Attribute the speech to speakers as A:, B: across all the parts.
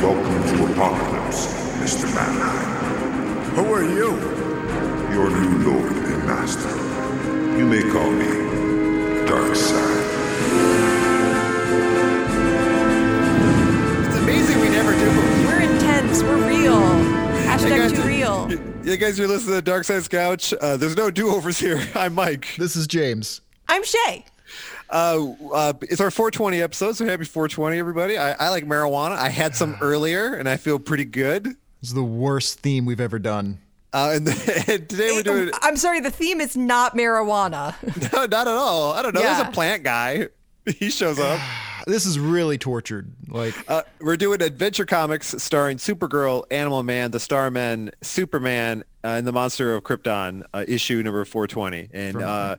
A: Welcome to Apocalypse, Mr. Mannheim.
B: Who are you?
A: Your new lord and master. You may call me Darkseid.
B: It's amazing we never do before.
C: We're intense. We're real. Hashtag too real.
B: You guys are listening to Dark Side's Couch. Uh, there's no do-overs here. I'm Mike.
D: This is James.
C: I'm Shay.
B: Uh, uh, it's our 420 episode, so happy 420, everybody. I, I, like marijuana. I had some earlier, and I feel pretty good.
D: It's the worst theme we've ever done.
B: Uh, and, the, and, today we're doing.
C: I'm sorry, the theme is not marijuana.
B: no, not at all. I don't know. Yeah. There's a plant guy. He shows up.
D: this is really tortured. Like
B: uh, we're doing adventure comics starring Supergirl, Animal Man, the Starman, Superman, uh, and the Monster of Krypton, uh, issue number 420. And uh,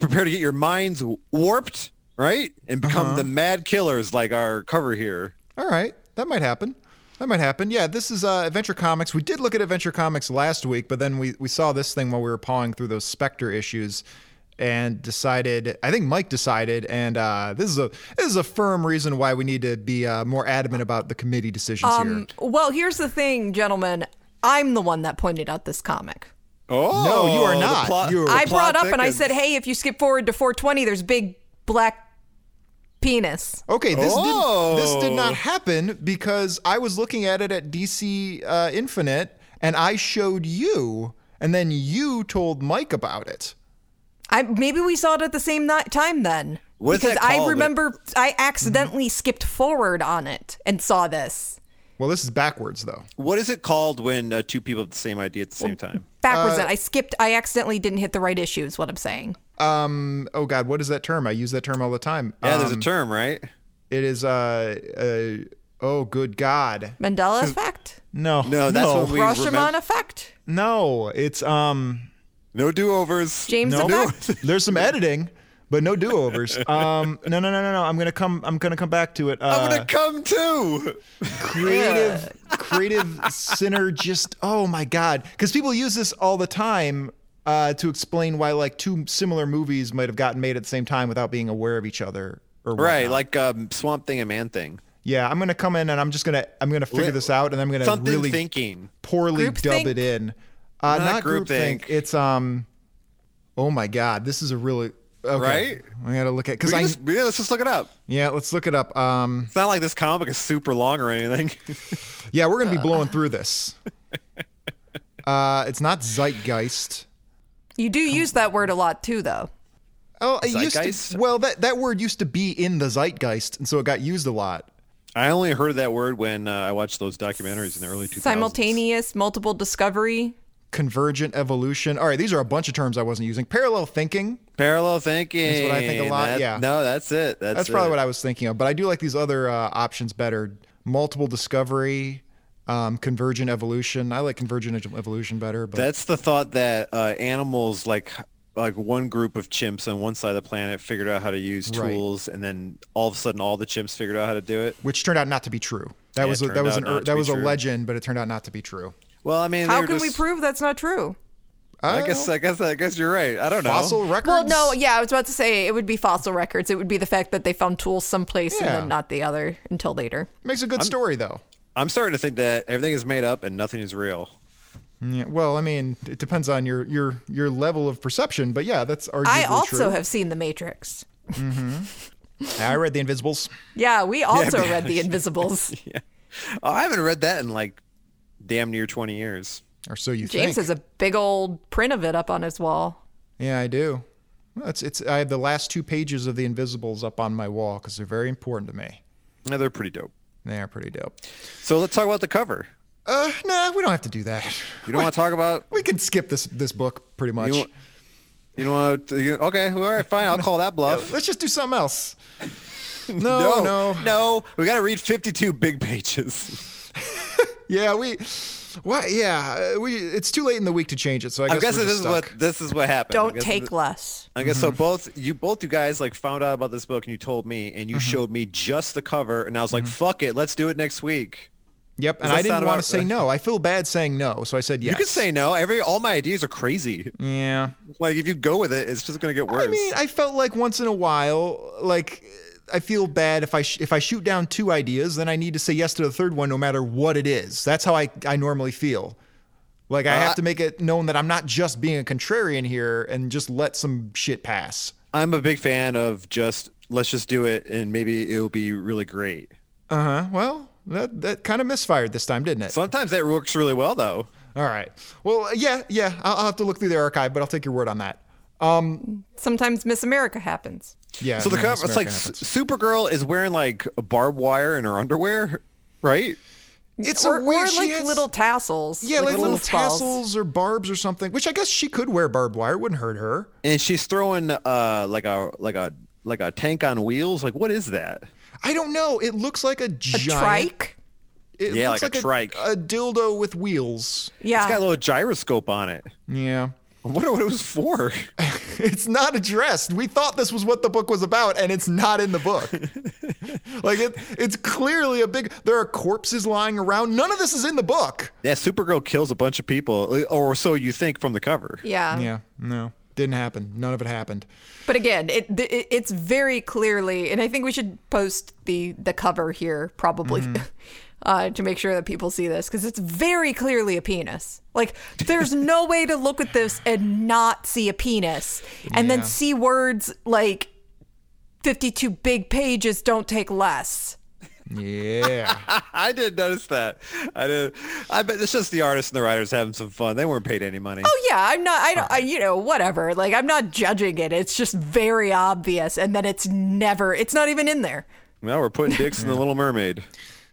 B: prepare to get your minds warped, right, and become uh-huh. the mad killers like our cover here.
D: All right, that might happen. That might happen. Yeah, this is uh, Adventure Comics. We did look at Adventure Comics last week, but then we, we saw this thing while we were pawing through those Spectre issues and decided i think mike decided and uh, this is a this is a firm reason why we need to be uh, more adamant about the committee decisions um,
C: here well here's the thing gentlemen i'm the one that pointed out this comic
B: oh
D: no you are not plot, you
C: i brought up thickens. and i said hey if you skip forward to 420 there's big black penis.
D: Okay, this, oh. did, this did not happen because I was looking at it at DC uh, Infinite and I showed you, and then you told Mike about it.
C: I, maybe we saw it at the same ni- time then.
B: What
C: because
B: I
C: remember I accidentally skipped forward on it and saw this.
D: Well, this is backwards though.
B: What is it called when uh, two people have the same idea at the well, same time?
C: Backwards. Uh, I skipped. I accidentally didn't hit the right issue. Is what I'm saying.
D: Um. Oh God. What is that term? I use that term all the time.
B: Yeah.
D: Um,
B: there's a term, right?
D: It is. Uh. uh oh, good God.
C: Mandela effect.
D: No.
B: No. That's no. what we.
C: Rashomon remember. effect.
D: No. It's um.
B: No do overs.
C: James,
D: no.
C: no.
D: There's some editing, but no do overs. Um, no, no, no, no, no. I'm gonna come. I'm gonna come back to it.
B: Uh, I'm gonna come too.
D: Creative, creative synergist. Oh my god, because people use this all the time. Uh, to explain why like two similar movies might have gotten made at the same time without being aware of each other or
B: right whatnot. like um, swamp thing and man thing
D: yeah i'm gonna come in and i'm just gonna i'm gonna figure this out and i'm gonna
B: Something
D: really
B: thinking
D: poorly
C: Group
D: dub
C: think.
D: it in uh, not, not group think. It's um, oh my god, this is a really okay.
B: right.
D: I gotta look at because I
B: just, yeah, let's just look it up.
D: Yeah, let's look it up. Um,
B: it's not like this comic is super long or anything.
D: yeah, we're gonna be blowing through this. uh, it's not zeitgeist.
C: You do use that word a lot too, though.
D: Oh, it zeitgeist? used to, well that that word used to be in the zeitgeist, and so it got used a lot.
B: I only heard that word when uh, I watched those documentaries in the early 2000s.
C: Simultaneous, multiple discovery
D: convergent evolution. All right, these are a bunch of terms I wasn't using. Parallel thinking.
B: Parallel thinking.
D: That's what I think a lot.
B: That,
D: yeah.
B: No, that's it. That's,
D: that's
B: it.
D: probably what I was thinking of. But I do like these other uh, options better. Multiple discovery, um, convergent evolution. I like convergent e-, evolution better. But
B: that's the thought that uh, animals like like one group of chimps on one side of the planet figured out how to use tools, right. and then all of a sudden, all the chimps figured out how to do it.
D: Which turned out not to be true. That yeah, was a, that was an, er, that was a true. legend, but it turned out not to be true.
B: Well, I mean,
C: how can
B: just,
C: we prove that's not true?
B: I, I guess know. I guess I guess you're right. I don't know.
D: Oh. Fossil records.
C: Well, no, yeah, I was about to say it would be fossil records. It would be the fact that they found tools someplace yeah. and then not the other until later.
D: Makes a good I'm, story though.
B: I'm starting to think that everything is made up and nothing is real.
D: Yeah, well, I mean, it depends on your your your level of perception, but yeah, that's arguably
C: I also
D: true.
C: have seen The Matrix.
D: Mm-hmm. I read The Invisibles.
C: Yeah, we also yeah, read The Invisibles.
B: yeah. Oh, I haven't read that in like damn near 20 years.
D: Or so you
C: James
D: think.
C: has a big old print of it up on his wall.
D: Yeah, I do. Well, it's it's I have the last two pages of the Invisibles up on my wall because they're very important to me.
B: Yeah, they're pretty dope.
D: They are pretty dope.
B: So let's talk about the cover.
D: Uh, nah, we don't have to do that.
B: You don't want to talk about?
D: We can skip this this book pretty much.
B: You, you don't want to? You, okay, all right, fine. I'll call that bluff.
D: let's just do something else. No, no,
B: no. no we got to read fifty-two big pages.
D: yeah, we. What? Yeah, we. It's too late in the week to change it. So I guess
B: I'm guessing this
D: stuck.
B: is what this is what happened.
C: Don't take less.
B: I guess mm-hmm. so. Both you, both you guys, like found out about this book and you told me and you mm-hmm. showed me just the cover and I was like, mm-hmm. "Fuck it, let's do it next week."
D: Yep, and I didn't want to say no. I feel bad saying no, so I said yes.
B: You could say no. Every all my ideas are crazy.
D: Yeah,
B: like if you go with it, it's just gonna get worse. I
D: mean, I felt like once in a while, like I feel bad if I sh- if I shoot down two ideas, then I need to say yes to the third one, no matter what it is. That's how I I normally feel. Like Uh, I have to make it known that I'm not just being a contrarian here and just let some shit pass.
B: I'm a big fan of just let's just do it and maybe it'll be really great.
D: Uh huh. Well, that that kind of misfired this time, didn't it?
B: Sometimes that works really well though.
D: All right. Well, yeah, yeah. I'll, I'll have to look through the archive, but I'll take your word on that.
C: Sometimes Miss America happens.
D: Yeah.
B: So the
D: no,
B: cover,
D: Miss
B: it's like
D: America happens.
B: S- Supergirl is wearing like barbed wire in her underwear, right?
D: it's
C: or,
D: a weird.
C: or
D: she
C: like
D: has-
C: little tassels.
D: Yeah, like, little,
C: spalls.
D: tassels or barbs or something. Which I guess she could wear barbed wire. It wouldn't hurt her.
B: And she's throwing uh like a like a like a tank on wheels. Like what is that?
D: I don't know. It looks like a
C: A
D: giant.
C: trike.
D: It
B: Yeah,
D: looks
B: like a trike.
D: A, dildo with wheels.
B: It's got
C: Yeah.
B: a little gyroscope on it.
D: Yeah.
B: I wonder what it was for.
D: It's not addressed. We thought this was what the book was about, and it's not in the book. like it, it's clearly a big. There are corpses lying around. None of this is in the book.
B: yeah, Supergirl kills a bunch of people, uh, or so you think from the cover.
C: yeah.
D: Yeah. No. Didn't happen. None of it happened.
C: But again, it, th- it it's very clearly, and I think we should post the the cover here probably
D: Mm-hmm.
C: uh, to make sure that people see this because it's very clearly a penis. Like there's no way to look at this and not see a penis, and
D: Yeah.
C: then see words like "52 big pages don't take less."
D: Yeah.
B: I did notice that. I did. I bet it's just the artists and the writers having some fun. They weren't paid any money.
C: Oh yeah, I'm not. I don't. I, you know, whatever. Like I'm not judging it. It's just very obvious, and then it's never. It's not even in there.
B: Now we're putting dicks in the Little Mermaid.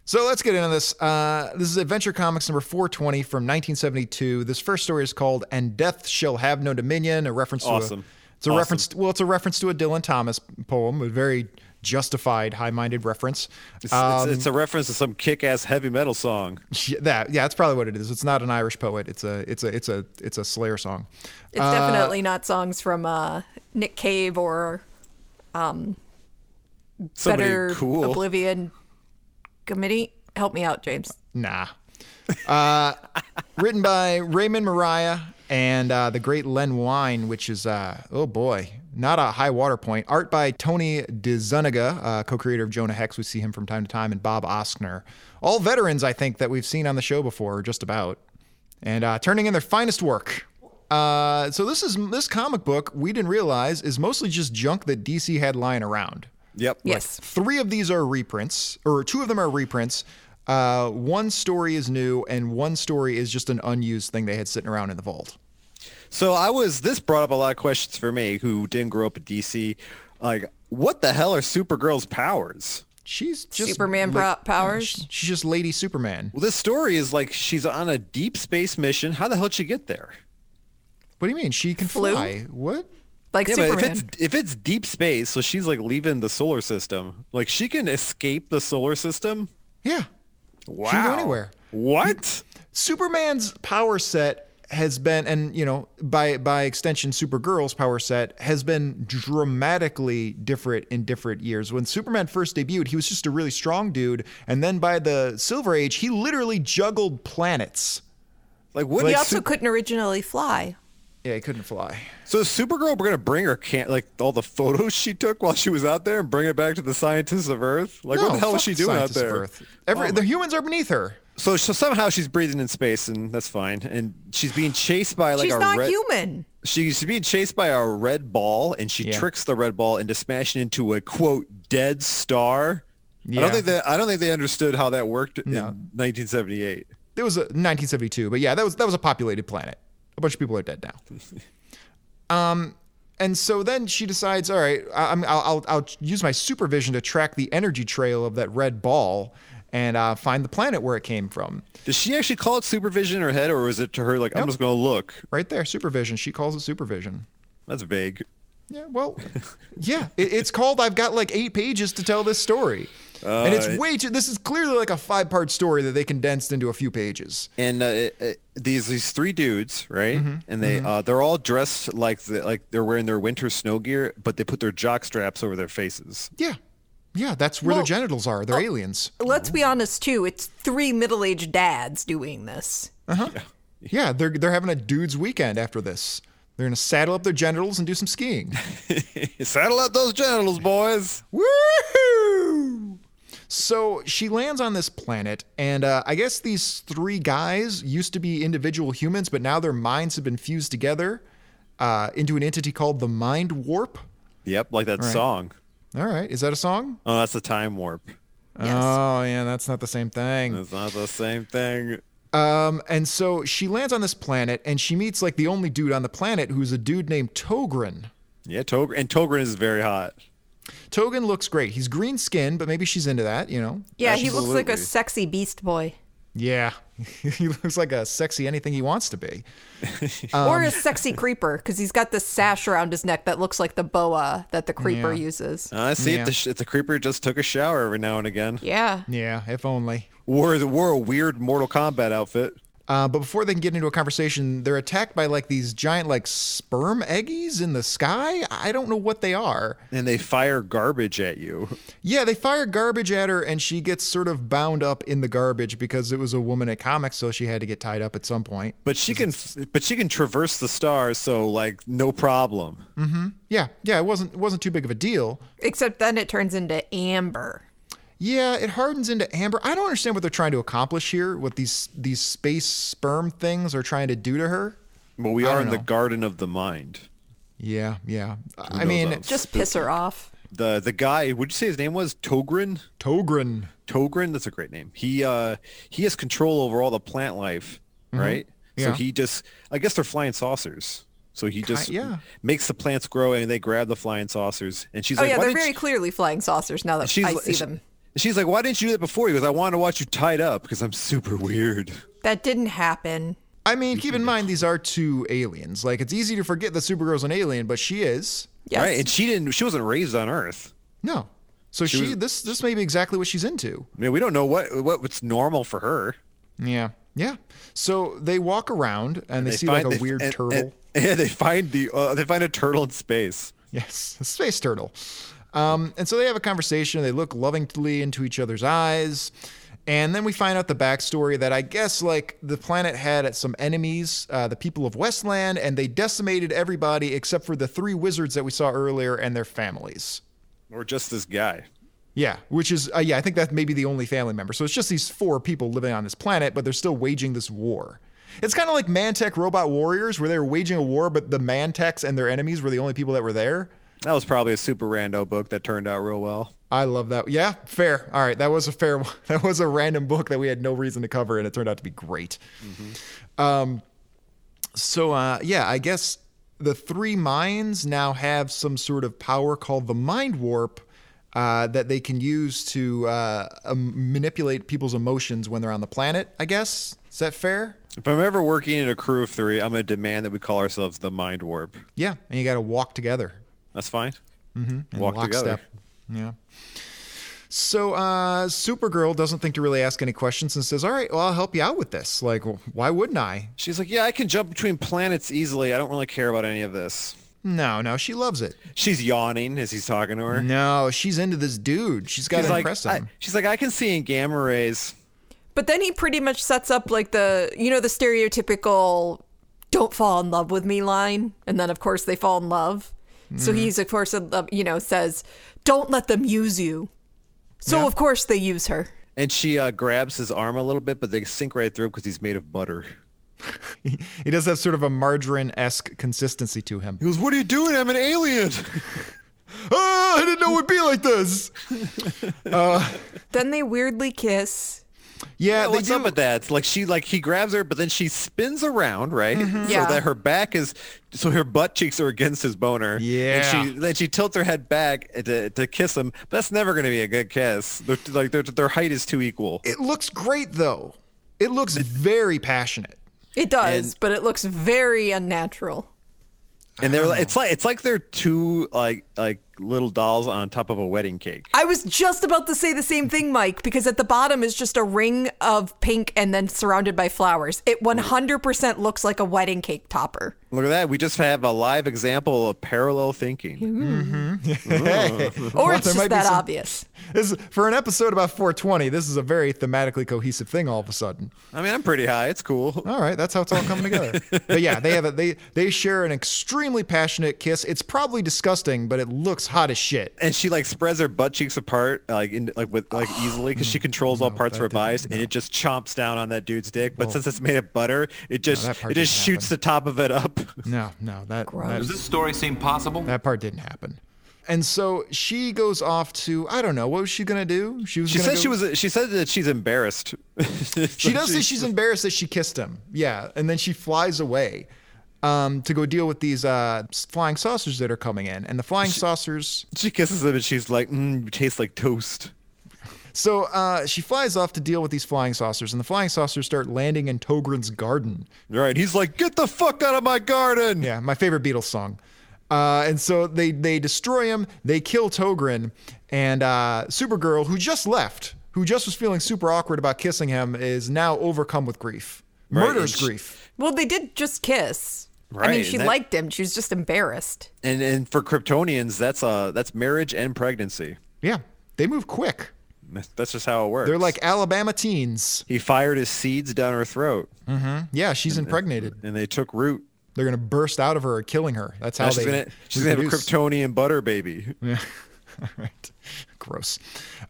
D: So let's get into this. Uh, this is Adventure Comics number 420 from 1972. This first story is called "And Death Shall Have No Dominion," a reference
B: Awesome.
D: to a, it's a reference. well, it's a reference to a Dylan Thomas poem, a very justified, high-minded reference.
B: It's, it's,
D: Um,
B: it's a reference to some kick-ass heavy metal song.
D: Yeah, that yeah, that's probably what it is. It's not an Irish poet. It's a it's a it's a it's a Slayer song.
C: It's
B: Uh,
C: definitely not songs from uh, Nick Cave or
B: Somebody
C: Better
B: cool.
C: Oblivion Committee. Help me out, James.
D: Nah. Uh, written by Raymond Mariah and uh, the great Len Wine, which is, uh, oh boy, not a high water point. Art by Tony DeZuniga, uh, co creator of Jonah Hex. We see him from time to time, and Bob Oskner. All veterans, I think, that we've seen on the show before, just about, and uh, turning in their finest work. Uh, so this is this comic book we didn't realize is mostly just junk that DC had lying around.
B: Yep.
C: Yes.
D: Three of these are reprints, or two of them are reprints. Uh, one story is new, and one story is just an unused thing they had sitting around in the vault.
B: So I was. This brought up a lot of questions for me, who didn't grow up in DC. Like, what the hell are Supergirl's powers?
D: She's just
C: Superman
D: la-
C: pro- powers.
D: She's just Lady Superman.
B: Well, this story is like she's on a deep space mission. How the hell did she get there?
D: What do you mean? She can
C: Flew?
D: fly. What?
C: Like
B: Yeah,
C: Superman.
B: but if it's if it's deep space, so she's like leaving the solar system. Like she can escape the solar system.
D: Yeah.
B: Wow.
D: She can go anywhere.
B: What?
D: Superman's power set has been, and you know, by by extension, Supergirl's power set has been dramatically different in different years. When Superman first debuted, he was just a really strong dude, and then by the Silver Age, he literally juggled planets.
B: Like what?
C: he
B: Like,
C: also couldn't originally fly.
D: Yeah, he couldn't fly.
B: so is Supergirl, we're gonna bring her can like all the photos she took while she was out there and bring it back to the scientists of Earth. Like what the hell
D: fuck
B: was she doing out
D: scientists of
B: there? Oh
D: Earth. Every, the humans are beneath her.
B: So, so somehow she's breathing in space, and that's fine. And she's being chased by like
C: She's
B: a
C: not
B: red.
C: human.
B: She's being chased by a red ball, and she
D: Yeah.
B: tricks the red ball into smashing into a quote dead star. I
D: Yeah.
B: don't think that I don't think they understood how that worked in 1978.
D: It was a, 1972, but yeah, that was that was a populated planet. A bunch of people are dead now. And so then she decides, all right, I- I'm, I'll, I'll, I'll use my supervision to track the energy trail of that red ball and uh, find the planet where it came from.
B: Does she actually call it supervision in her head, or is it to her like I'm just gonna look?
D: Right there, supervision. She calls it supervision.
B: That's vague.
D: Yeah, well, yeah, it, it's called I've Got Like Eight Pages to Tell This Story. and it's way too, this is clearly like a five part story that they condensed into a few pages.
B: and uh, it- it- these these three dudes, right? And they uh, they're all dressed like the, like they're wearing their winter snow gear, but they put their jock straps over their faces.
D: Yeah. Yeah, that's where
C: Well,
D: their genitals are. They're aliens.
C: Let's
B: Oh.
C: be honest too. It's three middle-aged dads doing this.
D: Yeah, they're, they're having a dude's weekend after this. They're gonna saddle up their genitals and do some skiing.
B: Saddle up those genitals, boys.
D: Woohoo! So she lands on this planet, and uh, I guess these three guys used to be individual humans, but now their minds have been fused together uh, into an entity called the Mind Warp.
B: Yep, like that song.
D: All right, is that a song?
B: Oh, that's the time warp.
C: Yes.
D: Oh, yeah, that's not the same thing.
B: It's not the same thing.
D: Um, Uh, and so she lands on this planet, and she meets like the only dude on the planet who's a dude named Togren.
B: Yeah, Togren and Togren is very hot.
D: Togan looks great. He's green skinned, but maybe she's into that, you know?
C: yeah, he looks like
B: absolutely.
C: a sexy beast boy
D: Yeah. he looks like a sexy anything he wants to be.
B: Um,
C: or a sexy creeper because he's got this sash around his neck that looks like the boa that the creeper uses.
B: I see
D: Yeah.
B: if the, sh- if the creeper just took a shower every now and again.
C: Yeah.
D: Yeah, if only.
B: Wore the wore a weird Mortal Kombat outfit.
D: Uh, but before they can get into a conversation, they're attacked by like these giant like sperm eggies in the sky. I don't know what they are.
B: And they fire garbage at you.
D: Yeah, they fire garbage at her, and she gets sort of bound up in the garbage because it was a woman at comics, so she had to get tied up at some point.
B: But she can but she can traverse the stars, so like no problem.
D: Yeah, yeah, it wasn't it wasn't too big of a deal.
C: Except then it turns into amber.
D: Yeah, it hardens into amber. I don't understand what they're trying to accomplish here. What these these space sperm things are trying to do to her.
B: But we
D: I
B: are
D: don't
B: in the
D: know.
B: garden of the mind.
D: Yeah, yeah. I
B: knows
D: mean,
B: else?
C: Just piss her off.
B: The the guy, would you say his name was Togren?
D: Togren.
B: Togren, that's a great name. He uh he has control over all the plant life, right? So
D: Mm-hmm. Yeah.
B: he just I guess they're flying saucers. So he just
D: yeah.
B: makes the plants grow and they grab the flying saucers and she's
C: Oh
B: like
C: yeah,
B: "Why
C: they're
B: didn't
C: very
B: you-"
C: clearly flying saucers now that
B: she's
C: I
B: like-
C: see
B: she-
C: them.
B: She's like, "Why didn't you do that before?" He goes, "I want to watch you tied up because I'm super weird."
C: That didn't happen.
D: I mean, keep in mind these are two aliens. Like it's easy to forget that Supergirl's an alien, but she is.
C: Yes.
B: Right? And she didn't she wasn't raised on Earth.
D: No. So she, this this may be exactly what she's into.
B: I mean, we don't know what what what's normal for her.
D: Yeah. Yeah. So they walk around and, they, see like a
B: they-
D: weird
B: and-
D: turtle.
B: and- yeah, they find the uh, they find a turtle in space.
D: Yes, a space turtle. Um, and so they have a conversation. They look lovingly into each other's eyes. And then we find out the backstory that I guess like the planet had some enemies, uh, the people of Westland, and they decimated everybody except for the three wizards that we saw earlier and their families.
B: Or just this guy.
D: Yeah, which is uh, yeah, I think that may be the only family member. So it's just these four people living on this planet, but they're still waging this war. It's kind of like Mantech Robot Warriors, where they were waging a war, but the Mantechs and their enemies were the only people that were there.
B: That was probably a super rando book that turned out real well.
D: I love that. Yeah, fair. All right, that was a fair one. That was a random book that we had no reason to cover, and it turned out to be great. Um, so uh, yeah, I guess the three minds now have some sort of power called the mind warp uh, that they can use to uh, um, manipulate people's emotions when they're on the planet. I guess is that fair?
B: If I'm ever working in a crew of three, I'm gonna demand that we call ourselves the Mind Warp.
D: Yeah, and you got to walk together.
B: That's fine. Mm-hmm.
D: in
B: Walk
D: lockstep.
B: together.
D: Yeah. So uh, Supergirl doesn't think to really ask any questions and says, "All right, well, I'll help you out with this. Like, well, why wouldn't I?
B: She's like, yeah, I can jump between planets easily. I don't really care about any of this.
D: No, no, she loves it.
B: She's yawning as he's talking to her.
D: No, she's into this dude. She's got
B: She's
D: to
B: like,
D: Mm-hmm. impress
B: I,
D: him.
B: she's like, I can see in gamma rays.
C: But then he pretty much sets up like the you know the stereotypical "don't fall in love with me" line, and then of course they fall in love.
B: Mm-hmm.
C: So he's of course in love- you know says, "Don't let them use you." So of course they use her.
B: And she uh, grabs his arm a little bit, but they sink right through because he's made of butter.
D: he does have sort of a margarine-esque consistency to him.
B: He goes, what are you doing? I'm an alien.
D: Ah, I didn't know it would be like this.
C: Then they weirdly kiss.
D: Yeah, they
B: What's
D: do.
B: up with that? It's like she, like he grabs her, but then she spins around, right?
D: Mm-hmm.
B: So
C: Yeah.
B: that her back is, so her butt cheeks are against his boner.
D: Yeah.
B: And she, then she tilts her head back to, to kiss him. But that's never going to be a good kiss. They're, like their their height is too equal.
D: It looks great though. It looks very passionate.
C: It does,
B: And-
C: but it looks very unnatural.
B: And
D: Oh.
B: they're, it's like it's like they're two like like little dolls on top of a wedding cake.
C: I was just about to say the same thing, Mike, because at the bottom is just a ring of pink and then surrounded by flowers. It 100% looks like a wedding cake topper.
B: Look at that. We just have a live example of parallel thinking.
D: Hey,
C: Or
D: well,
C: it's
D: there might
C: just
D: be
C: that
D: some-
C: obvious.
D: This is, for an episode about 420, this is a very thematically cohesive thing all of a sudden.
B: I mean, I'm pretty high. It's cool.
D: All right, that's how it's all coming together. but yeah, they have a, they they share an extremely passionate kiss. It's probably disgusting, but it looks hot as shit.
B: And she like spreads her butt cheeks apart, like in, like with like easily, because she controls all parts of her biceps, and it just chomps down on that dude's dick. But since it's made of butter, it just
D: that part
B: it just
D: didn't
B: shoots the top of it up.
D: No, no, that
C: Gross.
E: Does
D: that,
E: this story seem possible?
D: that part didn't happen. And so she goes off to I don't know what was she gonna do. She was
B: She
D: gonna
B: said
D: go-
B: she was. She said that she's embarrassed.
D: She does say she's embarrassed that she kissed him. Yeah, and then she flies away um, to go deal with these uh, s- flying saucers that are coming in. And the flying saucers.
B: She kisses him, and she's like, mm, "You taste like toast."
D: So uh, she flies off to deal with these flying saucers, and the flying saucers start landing in Togran's garden.
B: Right? He's like, "Get the fuck out of my garden!"
D: Yeah, my favorite Beatles song. Uh, and so they they destroy him. They kill Togren, and uh, Supergirl, who just left, who just was feeling super awkward about kissing him, is now overcome with grief.
B: Right,
D: Murders
B: and she-
D: grief.
C: Well, they did just kiss. I mean,
B: Right,
C: she
B: that-
C: liked him. She was just embarrassed.
B: And and for Kryptonians, that's uh that's marriage and pregnancy.
D: Yeah, they move quick.
B: That's- That's just how it works.
D: They're like Alabama teens.
B: he fired his seeds down her throat,
D: Hmm. Yeah, she's impregnated.
B: and they took root.
D: They're gonna burst out of her, killing her. That's how
B: Now
D: they.
B: she's gonna she's gonna have a
D: reproduce.
B: Kryptonian butter baby.
D: All right, gross.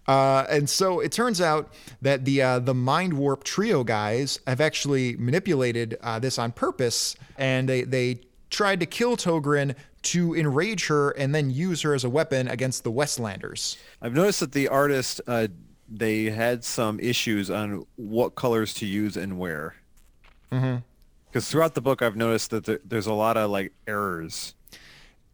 D: Uh, and so it turns out that the uh, the mind warp trio guys have actually manipulated uh, this on purpose, and they they tried to kill Togrin to enrage her and then use her as a weapon against the Westlanders.
B: I've noticed that the artist uh, they had some issues on what colors to use and where. Because throughout the book, I've noticed that there, there's a lot of like errors.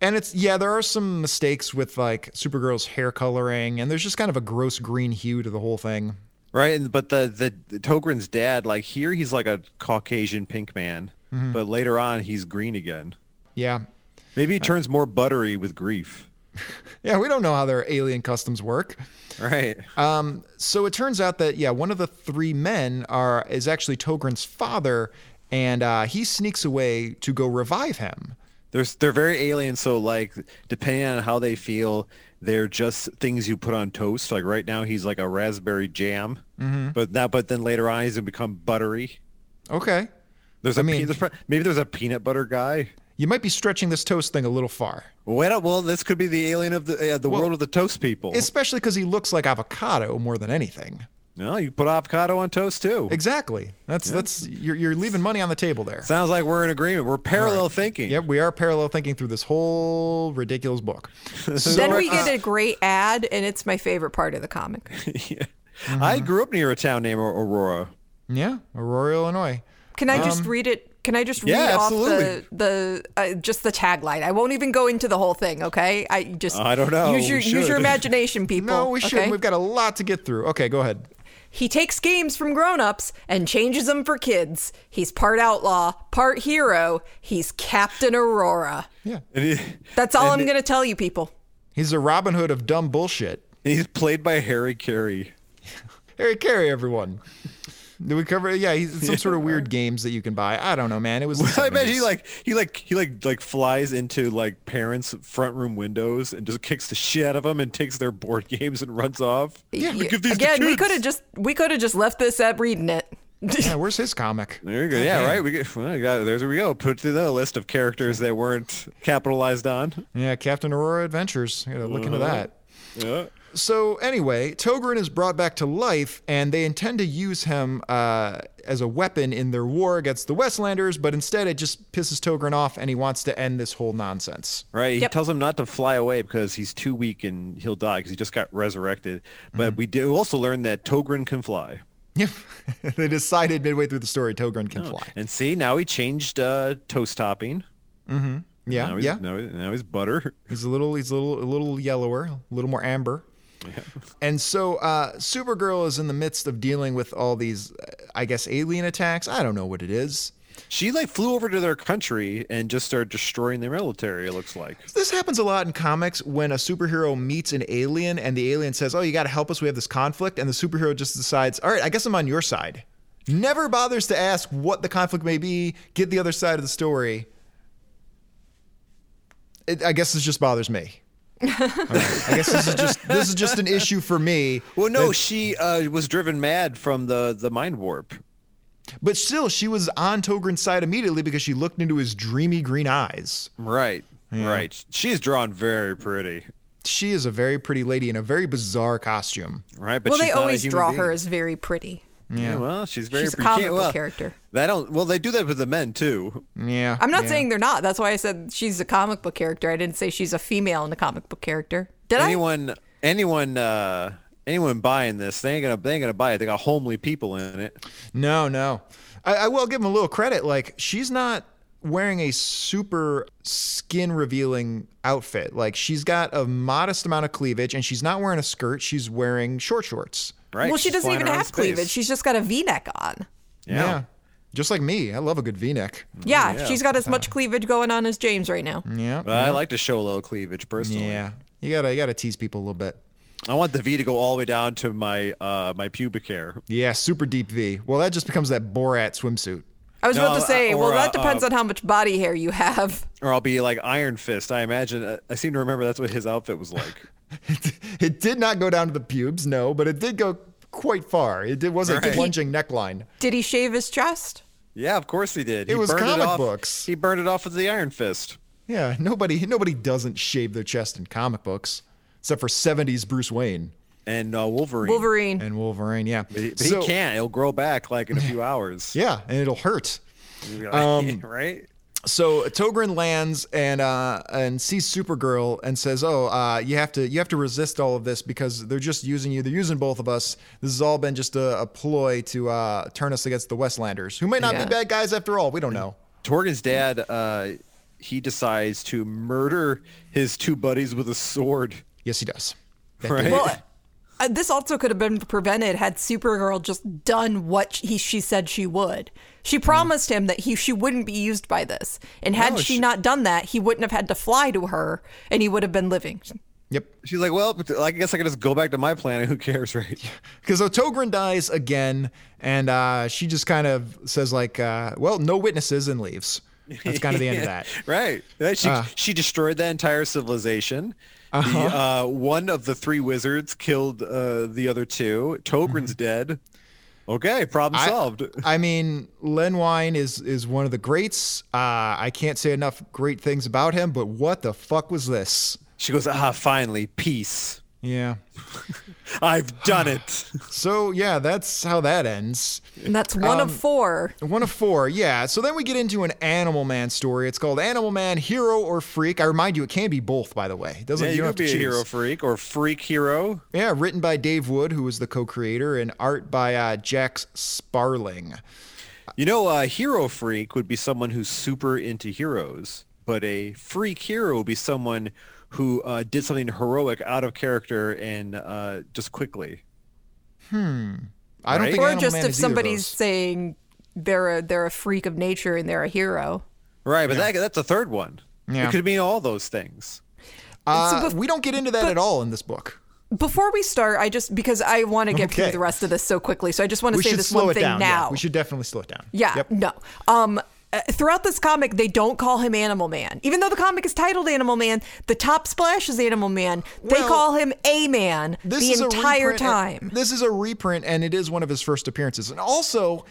D: And it's yeah, there are some mistakes with like Supergirl's hair coloring, and there's just kind of a gross green hue to the whole thing.
B: Right, and but the, the the Togran's dad, like here, he's like a Caucasian pink man, but later on, he's green again.
D: Yeah.
B: Maybe he turns more buttery with grief.
D: Yeah, we don't know how their alien customs work.
B: Right.
D: So it turns out that yeah, one of the three men are is actually Togran's father, and uh, he sneaks away to go revive him.
B: They're they're very alien. So like, depending on how they feel, they're just things you put on toast. Like right now, he's like a raspberry jam,
D: Mm-hmm.
B: but that but then later on, he's gonna become buttery.
D: Okay,
B: There's
D: I
B: a pe-
D: mean-
B: there's pro- maybe there's a peanut butter guy.
D: you might be stretching this toast thing a little far,
B: Wait up, well, this could be the alien of the uh, the world of the toast people.
D: especially because he looks like avocado more than anything.
B: No, you put avocado on toast too.
D: Exactly. That's that's you're you're leaving money on the table there.
B: Sounds like we're in agreement. We're parallel thinking.
D: Yep, we are parallel thinking through this whole ridiculous book. So,
C: then we get a great ad, and it's my favorite part of the comic.
B: Yeah.
D: Mm-hmm.
B: I grew up near a town named Aurora.
D: yeah, Aurora, Illinois.
C: Can I just read it? Can I just read
B: yeah,
C: off
B: absolutely.
C: the the uh, just the tagline? I won't even go into the whole thing. Okay, I just
B: I don't know.
C: Use your
B: We
C: use
B: should.
C: your imagination, people.
D: No, we shouldn't.
C: okay?
D: We've got a lot to get through. Okay, go ahead.
C: He takes games from grown-ups and changes them for kids. He's part outlaw, part hero. He's Captain Aurora.
D: Yeah.
B: And, he, and
C: That's all I'm going to tell you people.
D: He's the Robin Hood of dumb bullshit.
B: he's played by Harry Carey.
D: Harry Carey, everyone. Did we cover? Yeah, he's some sort of weird games that you can buy. I don't know, man. It was. the
B: I imagine he
D: 70s.
B: like he like he like like flies into like parents' front room windows and just kicks the shit out of them and takes their board games and runs off.
C: Y-
B: give these to
C: Again, we
B: kids.
C: could have just we could have just left this at reading it.
D: Yeah, where's his comic?
B: There you go. Yeah, right. We get, well, yeah, there we go. Put to the list of characters that weren't capitalized on.
D: Yeah, Captain Aurora Adventures. You gotta look into that.
B: Uh-huh. Yeah.
D: So anyway, Togren is brought back to life, and they intend to use him uh, as a weapon in their war against the Westlanders. But instead, it just pisses Togren off, and he wants to end this whole nonsense.
B: Right. He
C: Yep.
B: tells him not to fly away because he's too weak and he'll die because he just got resurrected. But we do also learn that Togrin can fly.
D: Yep. they decided midway through the story Togren can fly.
B: And see, now he changed uh, toast topping.
D: Yeah,
B: Now he's,
D: yeah.
B: Now, now he's butter.
D: He's a little he's a little a little yellower, a little more amber. And so uh, Supergirl is in the midst of dealing with all these uh, I guess alien attacks. I don't know what it is.
B: She like flew over to their country and just started destroying their military. It looks like.
D: This happens a lot in comics when a superhero meets an alien and the alien says, "Oh, you got to help us. We have this conflict." And the superhero just decides, "All right, I guess I'm on your side." Never bothers to ask what the conflict may be, get the other side of the story. It, I guess this just bothers me. All right. I guess this is just this is just an issue for me.
B: Well, no,
D: That-
B: she uh, was driven mad from the the mind warp.
D: but still, she was on Togren's side immediately because she looked into his dreamy green eyes.
B: Right, right. She's drawn very pretty.
D: She is a very pretty lady in a very bizarre costume.
B: Right, but
C: well,
B: she's
C: they
B: not a
C: always
B: human
C: draw
B: being.
C: her as very pretty.
B: Yeah, well, she's very
C: She's a
B: pretty. You can't-
C: comic book
B: well,
C: character.
B: They don't. Well, they do that with the men too.
D: Yeah,
C: I'm not
D: yeah.
C: saying they're not. That's why I said she's a comic book character. I didn't say she's a female in the comic book character. Did
B: Anyone, anyone, uh, anyone buying this, they ain't gonna, they ain't gonna buy it. They got homely people in it.
D: No, no. I, I will give him a little credit. Like, she's not wearing a super skin revealing outfit. Like, she's got a modest amount of cleavage and she's not wearing a skirt. She's wearing short shorts.
C: I?
B: Right.
C: Well, she
B: She's
C: doesn't
B: flying
C: even
B: around in
C: have
B: space.
C: cleavage. She's just got a V-neck on.
B: Yeah.
D: Just like me. I love a good v neck.
C: Yeah,
B: yeah.
C: she's got as much cleavage going on as James right now.
D: Yeah.
B: But I like to show a little cleavage personally.
D: Yeah. You gotta you gotta tease people a little bit.
B: I want the V to go all the way down to my uh my pubic hair.
D: Yeah, super deep V. Well, that just becomes that Borat swimsuit.
C: I was
B: No,
C: about to say,
B: uh, or,
C: well, that
B: uh,
C: depends on how much body hair you have.
B: Or I'll be like Iron Fist. I imagine. uh, I seem to remember that's what his outfit was like.
D: It did not go down to the pubes, no, but it did go quite far. It did, was a
B: Right.
D: plunging neckline.
C: Did he shave his chest?
B: yeah, of course he did.
D: It
B: he
D: was
B: burned
D: comic
B: off-
D: books.
B: He burned it off with the Iron Fist.
D: Yeah, nobody nobody doesn't shave their chest in comic books, except for '70s Bruce Wayne
B: and uh, Wolverine.
C: Wolverine.
D: and Wolverine. Yeah,
B: But he, but
D: So-
B: he can't. He'll grow back like in a few hours.
D: Yeah, um, and it'll hurt.
B: right?
D: So Togren lands and uh, and sees Supergirl and says, "Oh, uh, you have to you have to resist all of this because they're just using you. They're using both of us. This has all been just a, a ploy to uh, turn us against the Westlanders, who may not
C: Yeah.
D: be bad guys after all. We don't know."
B: Torgen's dad, uh, he decides to murder his two buddies with a sword.
D: Yes, he does.
B: Right?
C: Well, uh, this also could have been prevented had Supergirl just done what she, he, she said she would.
D: Mm.
C: She promised him that he she wouldn't be used by this, and had
B: No,
C: she,
B: she-
C: not done that, he wouldn't have had to fly to her, and he would have been living.
D: Yep.
B: She's like, well, I guess I can just go back to my planet. Who cares, right?
D: Because Togren dies again, and uh, she just kind of says like, uh, "Well, no witnesses," and leaves. That's kind of the end of that.
B: Right. Yeah, She,
D: Uh.
B: she destroyed that entire civilization. The,
D: Uh-huh.
B: uh, one of the three wizards killed uh, the other two. Togren's dead. Okay, problem solved.
D: Mm-hmm. I mean, Len Wein is is one of the greats. Uh, I can't say enough great things about him, but what the fuck was this?
B: She goes, ah, finally, peace.
D: Yeah.
B: I've done it.
D: So yeah, that's how that ends.
C: And that's one
D: Um,
C: of four.
D: One of four, yeah. So then we get into an Animal Man story. It's called Animal Man: Hero or Freak. I remind you, it can be both. By the way, it doesn't
B: Yeah, you
D: you don't
B: could
D: have to
B: be a
D: choose.
B: hero freak or freak hero.
D: Yeah, written by Dave Wood, who was the co-creator, and art by uh, Jack Sparling.
B: You know, a hero freak would be someone who's super into heroes, but a freak hero would be someone who uh, did something heroic out of character and uh, just quickly.
D: I don't
B: Right?
D: think
C: Or
D: Animal
C: just if
D: Man is either of
C: somebody's
D: those.
C: saying they're a, they're a freak of nature and they're a hero.
B: Right, but that, that's the third one.
D: Yeah.
B: It could mean all those things.
D: Uh,
C: So bef-
D: we don't get into that at all in this book.
C: Before we start, I just because I want to get
D: Okay.
C: through the rest of this so quickly, so I just want to
D: We
C: say
D: should
C: this
D: slow
C: one
D: it
C: thing
D: down.
C: now.
D: Yeah, we should definitely slow it down.
C: Yeah,
D: Yep.
C: no. Um, uh, throughout this comic, they don't call him Animal Man. Even though the comic is titled Animal Man, the top splash is Animal Man. They
D: Well,
C: call him A Man
D: This
C: the
D: is a
C: entire
D: reprint,
C: time.
D: This is a reprint, and it is one of his first appearances. And also,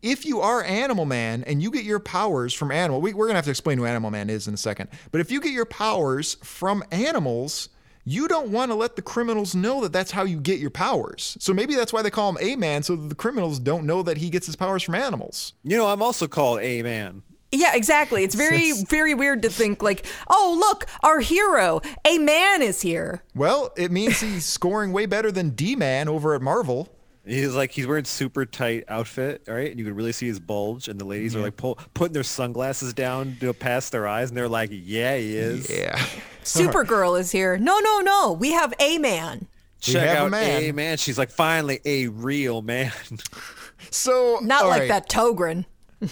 D: if you are Animal Man and you get your powers from animal, we, we're gonna have to explain who Animal Man is in a second. But if you get your powers from animals. You don't want to let the criminals know that that's how you get your powers. So maybe that's why they call him A Man, so that the criminals don't know that he gets his powers from animals.
B: You know, I'm also called A-Man.
C: yeah, exactly. It's very, very weird to think like, oh, look, our hero, A Man, is here.
D: Well, it means he's scoring way better than D Man over at Marvel.
B: He's like he's wearing super tight outfit, all right, and you can really see his bulge. And the ladies are like pull, putting their sunglasses down to past their eyes, and they're like, "Yeah, he is."
D: Yeah.
C: Supergirl is here. No, no, no. We have A Man.
D: We
B: Check
D: have a
B: out a
D: man.
B: man. She's like, finally, a real man.
D: So
C: Not
D: all
C: like
D: right.
C: that Togren.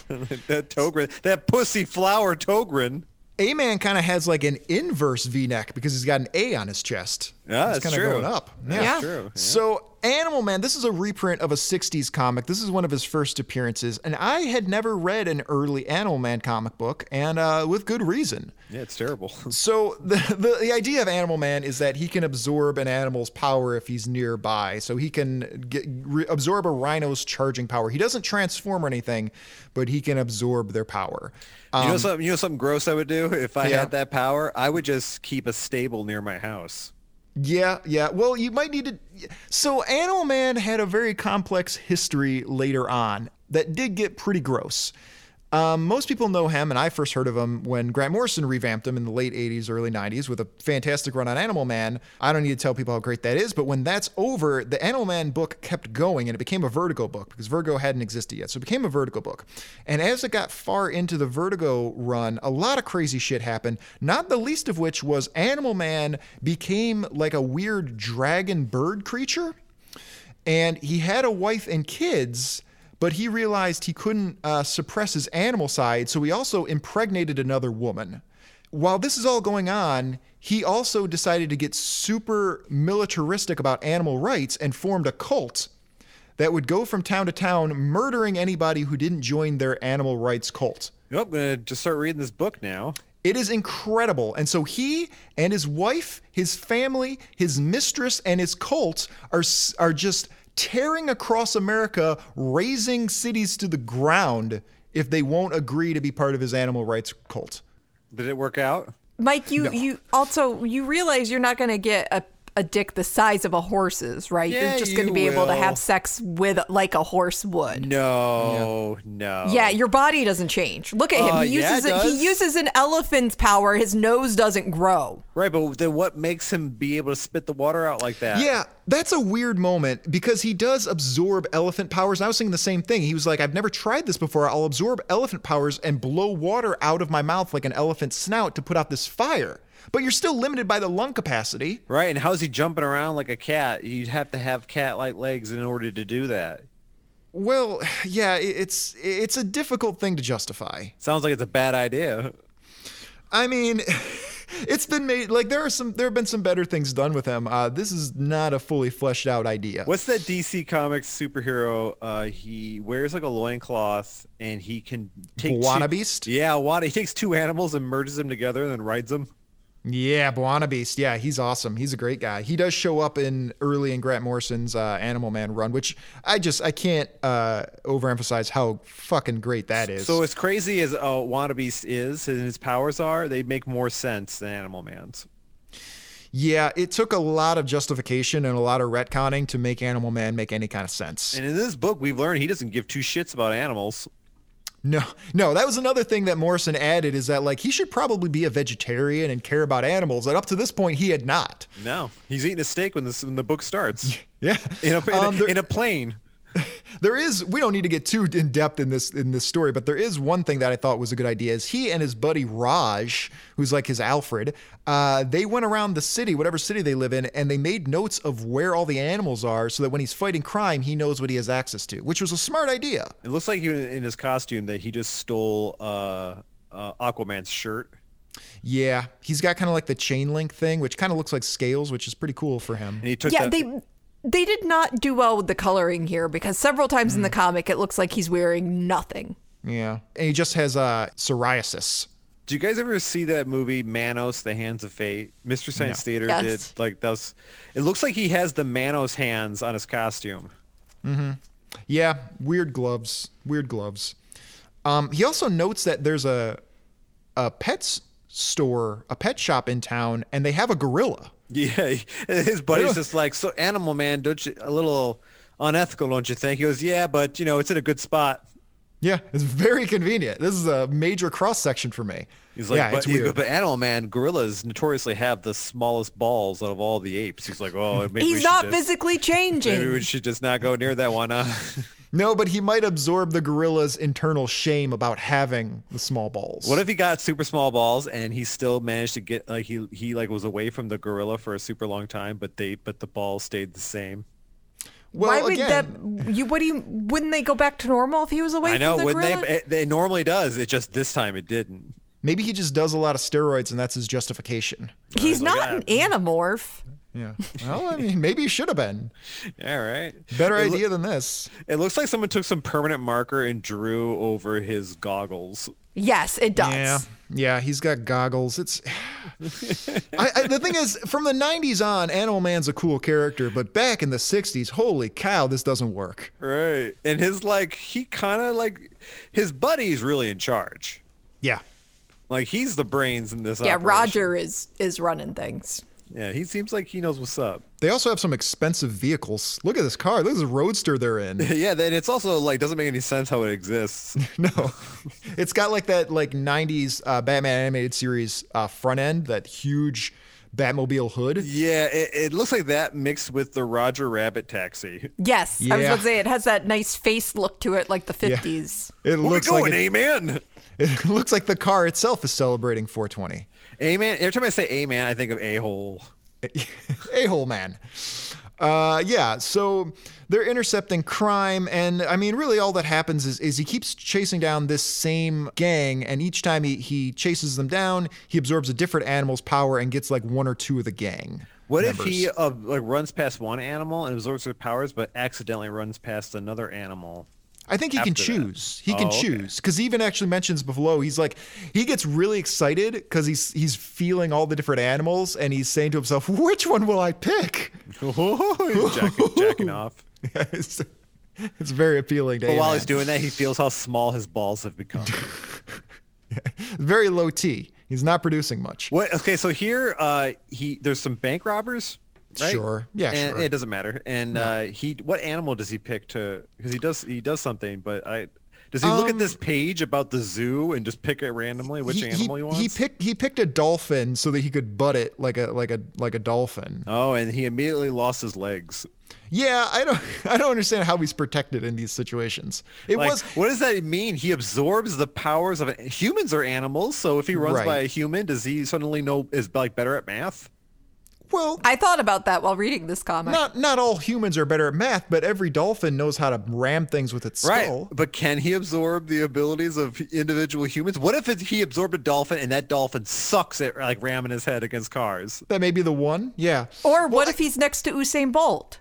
B: that Togren, that pussy flower Togren.
D: A Man kind of has like an inverse V neck because he's got an A on his chest.
B: Yeah, that's
D: it's kind of
B: true.
D: going up. Yeah.
C: Yeah.
B: True.
D: So Animal Man, this is a reprint of a 60s comic. This is one of his first appearances, and I had never read an early Animal Man comic book, and uh, with good reason.
B: Yeah, it's terrible.
D: So the, the the idea of Animal Man is that he can absorb an animal's power if he's nearby. So he can get, re- absorb a rhino's charging power. He doesn't transform or anything, but he can absorb their power. Um,
B: you know something? You know something gross I would do if I
D: Yeah.
B: had that power? I would just keep a stable near my house.
D: Yeah, yeah. Well, you might need to. So, Animal Man had a very complex history later on that did get pretty gross. Um, most people know him, and I first heard of him when Grant Morrison revamped him in the late 80s, early 90s with a fantastic run on Animal Man. I don't need to tell people how great that is, but when that's over, the Animal Man book kept going and it became a Vertigo book because Vertigo hadn't existed yet. So it became a Vertigo book. And as it got far into the Vertigo run, a lot of crazy shit happened, not the least of which was Animal Man became like a weird dragon bird creature. And he had a wife and kids, but he realized he couldn't uh, suppress his animal side, so he also impregnated another woman. While this is all going on, he also decided to get super militaristic about animal rights and formed a cult that would go from town to town murdering anybody who didn't join their animal rights cult.
B: Nope, I'm gonna just start reading this book now.
D: It is incredible. And so he and his wife, his family, his mistress, and his cult are s- are just tearing across America, raising cities to the ground if they won't agree to be part of his animal rights cult.
B: Did it work out?
C: Mike, you you also you realize you're not going to get a a dick the size of a horse's, right?
B: Yeah,
C: you're just going
B: you
C: to be able to
B: will.
C: have sex with like a horse would.
B: No, no.
C: Yeah, your body doesn't change. Look at him.
B: Uh,
C: he
B: yeah,
C: uses
B: it
C: a-
B: does.
C: he uses an elephant's power. His nose doesn't grow.
B: Right, but then what makes him be able to spit the water out like that?
D: Yeah, that's a weird moment because he does absorb elephant powers. And I was thinking the same thing. He was like, I've never tried this before. I'll absorb elephant powers and blow water out of my mouth like an elephant's snout to put out this fire. But you're still limited by the lung capacity.
B: Right, and how's he jumping around like a cat? You'd have to have cat-like legs in order to do that.
D: Well, yeah, i- it's it's a difficult thing to justify.
B: Sounds like it's a bad idea.
D: I mean, it's been made like there are some there have been some better things done with him. Uh, this is not a fully fleshed out idea.
B: What's that DC Comics superhero? Uh, he wears like a loincloth and he can take two-
D: Buana Beast?
B: Yeah, Wana. He takes two animals and merges them together and then rides them.
D: Yeah, Buana Beast. Yeah, he's awesome. He's a great guy. He does show up in early in Grant Morrison's uh, Animal Man run, which I just I can't uh, overemphasize how fucking great that is.
B: So as crazy as uh, Wana Beast is and his powers are, they make more sense than Animal Man's.
D: yeah, it took a lot of justification and a lot of retconning to make Animal Man make any kind of sense.
B: And in this book, we've learned he doesn't give two shits about animals.
D: No, no, that was another thing that Morrison added is that like he should probably be a vegetarian and care about animals, and up to this point he had not.
B: No, he's eating a steak when this when the book starts.
D: Yeah,
B: In a, in,
D: Um,
B: a,
D: there-
B: in a plane.
D: there is we don't need to get too in depth in this in this story but there is one thing that i thought was a good idea is he and his buddy raj who's like his alfred uh, they went around the city whatever city they live in and they made notes of where all the animals are so that when he's fighting crime he knows what he has access to which was a smart idea
B: It looks like he, in his costume that he just stole uh, uh, Aquaman's shirt.
D: yeah he's got kind of like the chain link thing which kind of looks like scales which is pretty cool for him
B: And he took
C: yeah,
B: that.
C: they they did not do well with the coloring here because several times
B: Mm.
C: in the comic it looks like he's wearing nothing.
D: yeah and he just has uh, psoriasis
B: Do you guys ever see that movie Manos: The Hands of Fate? Mr. Science Theater
C: Yes.
B: did like that was. It looks like he has the Manos hands on his costume.
D: Yeah, weird gloves. Weird gloves. Um, he also notes that there's a a pet s- store, a pet shop in town, and they have a gorilla.
B: Yeah, his buddy's just like, so Animal Man, don't you a little unethical, don't you think? He goes, yeah, but you know, it's in a good spot.
D: Yeah, it's very convenient. This is a major cross section for me.
B: He's like,
D: yeah,
B: but,
D: it's
B: he goes,
D: weird.
B: but Animal Man, gorillas notoriously have the smallest balls out of all the apes. He's like, oh, maybe we
C: He's
B: should
C: not
B: just-
C: physically changing.
B: Maybe we should just not go near that one. Huh?
D: no, but he might absorb the gorilla's internal shame about having the small balls.
B: What if he got super small balls and he still managed to get like he he like was away from the gorilla for a super long time, but they but the balls stayed the same.
D: well,
C: Why would
D: again,
C: that? You would you? Wouldn't they go back to normal if he was away
B: I know
C: from the
B: when they
C: gorilla?
B: it, it normally does. It just this time it didn't.
D: Maybe he just does a lot of steroids, and that's his justification.
C: He's
B: like
C: not an
B: that.
C: anamorph.
D: Yeah. Well, I mean, maybe you should have been.
B: All right.
D: Better
B: It loo-
D: idea than this.
B: It looks like someone took some permanent marker and drew over his goggles.
C: Yes, it does.
D: Yeah, yeah, he's got goggles. It's I, I, the thing is, from the '90s on, Animal Man's a cool character, but back in the '60s, holy cow, this doesn't work.
B: Right. And his like he kind of like his buddy's really in charge.
D: Yeah,
B: Like he's the brains in this.
C: Yeah,
B: operation.
C: Roger is is running things.
B: Yeah, he seems like he knows what's up.
D: they also have some expensive vehicles. Look at this car. Look at this roadster they're in.
B: Yeah, then it's also like doesn't make any sense how it exists.
D: No, it's got like that like '90s uh, Batman animated series uh, front end, that huge Batmobile hood.
B: yeah, it, it looks like that mixed with the Roger Rabbit taxi.
C: Yes, I was
D: Yeah.
C: going to say it has that nice face look to it, like the fifties.
D: It
B: Where
D: looks
B: we eh? going,
D: like it,
B: Amen?
D: it looks like the car itself is celebrating 420.
B: Amen. Every time I say Amen, I think of a hole.
D: a hole man. Uh, yeah, so they're intercepting crime, and I mean, really, all that happens is, is he keeps chasing down this same gang, and each time he, he chases them down, he absorbs a different animal's power and gets like one or two of the gang.
B: What if he uh, like runs past one animal and absorbs their powers, but accidentally runs past another animal?
D: I think he can
B: after that?
D: choose. He can
B: Oh, okay.
D: choose because he even actually mentions below. He's like, he gets really excited because he's he's feeling all the different animals, and he's saying to himself, "Which one will I pick?"
B: he's jacking, jacking off.
D: it's, it's very appealing to.
B: But while
D: Amen.
B: he's doing that, he feels how small his balls have become.
D: very low T. He's not producing much.
B: What? Okay, so here, uh, he there's some bank robbers. Right?
D: Sure. Yeah,
B: And-
D: sure.
B: It doesn't matter. And uh, he, what animal does he pick to? Because he does, he does something. But I, does he look at this page about the zoo and just pick it randomly which
D: Um, he,
B: animal he,
D: he,
B: wants?
D: he picked he picked a dolphin so that he could butt it like a like a like a dolphin.
B: oh, and he immediately lost his legs.
D: Yeah, I don't I don't understand how he's protected in these situations. It
B: Like,
D: was
B: what does that mean? He absorbs the powers of humans are animals. So if he runs
D: Right.
B: by a human, does he suddenly know is like better at math?
D: well
C: I thought about that while reading this comic.
D: not not all humans are better at math, but every dolphin knows how to ram things with its
B: Right.
D: skull.
B: But can he absorb the abilities of individual humans? What if it, he absorbed a dolphin and that dolphin sucks at like ramming his head against cars?
D: That may be the one. Yeah.
C: Or what if he's next to Usain Bolt?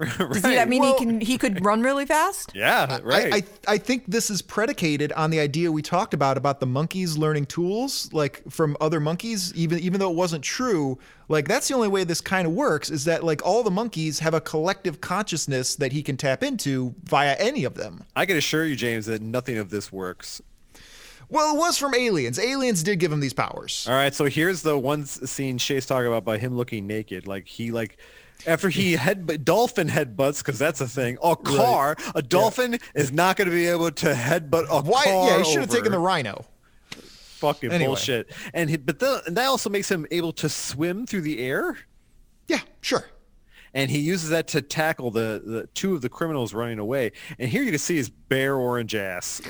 C: Does
B: Right.
C: that mean
D: Well-
C: he can he could run really fast?
B: Yeah, right.
D: I, I I think this is predicated on the idea we talked about about the monkeys learning tools like from other monkeys even even though it wasn't true like that's the only way this kind of works is that like all the monkeys have a collective consciousness that he can tap into via any of them.
B: I can assure you, James, that nothing of this works.
D: Well, it was from aliens. Aliens did give him these powers.
B: All right, so here's the one s- scene Shay's talking about by him looking naked. Like he like after he head dolphin headbutts because that's a thing. A car, a dolphin is not going to be able to headbutt a
D: Why
B: car.
D: yeah, he should have taken the
B: over.
D: rhino.
B: fucking
D: Anyway.
B: bullshit. And he, but the, and that also makes him able to swim through the air.
D: Yeah, sure.
B: and he uses that to tackle the, the two of the criminals running away. And here you can see his bare orange ass.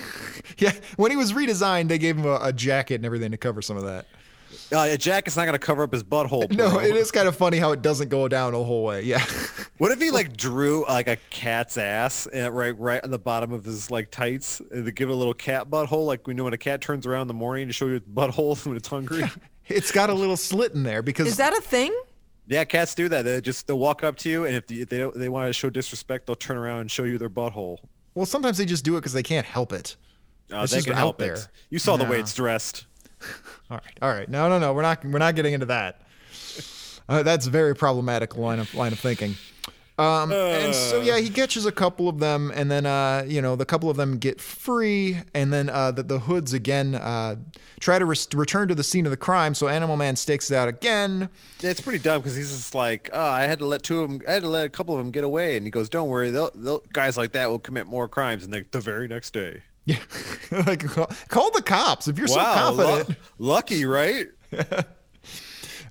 D: Yeah, when he was redesigned, they gave him a, a jacket and everything to cover some of that.
B: Uh, a jacket's not going to cover up his butthole.
D: No,
B: bro.
D: it is kind of funny how it doesn't go down a whole way. Yeah.
B: What if he like drew like a cat's ass and right right on the bottom of his like tights uh, to give it a little cat butthole, like we know when a cat turns around in the morning to show you its butthole when it's hungry.
D: It's got a little slit in there because
C: Is that a thing?
B: yeah, cats do that. They just they'll walk up to you, and if they if they, don't- they want to show disrespect, they'll turn around and show you their butthole.
D: Well, sometimes they just do it because they can't help it.
B: Uh,
D: It's
B: they
D: just
B: can
D: out
B: help
D: there.
B: it. You saw the way
D: Yeah.
B: it's dressed.
D: All right, all right. No, no, no. We're not. We're not getting into that. Uh, that's a very problematic line of line of thinking. Um, and so yeah, he catches a couple of them, and then uh, you know the couple of them get free, and then uh, the, the hoods again uh, try to res- return to the scene of the crime. So Animal Man stakes it out again.
B: Yeah, it's pretty dumb because he's just like, oh, I had to let two of them, I had to let a couple of them get away, and he goes, don't worry, they'll, they'll, guys like that will commit more crimes, and the, the very next day.
D: Yeah, like call, call the cops if you're so
B: lu-
D: confident.
B: lucky, right?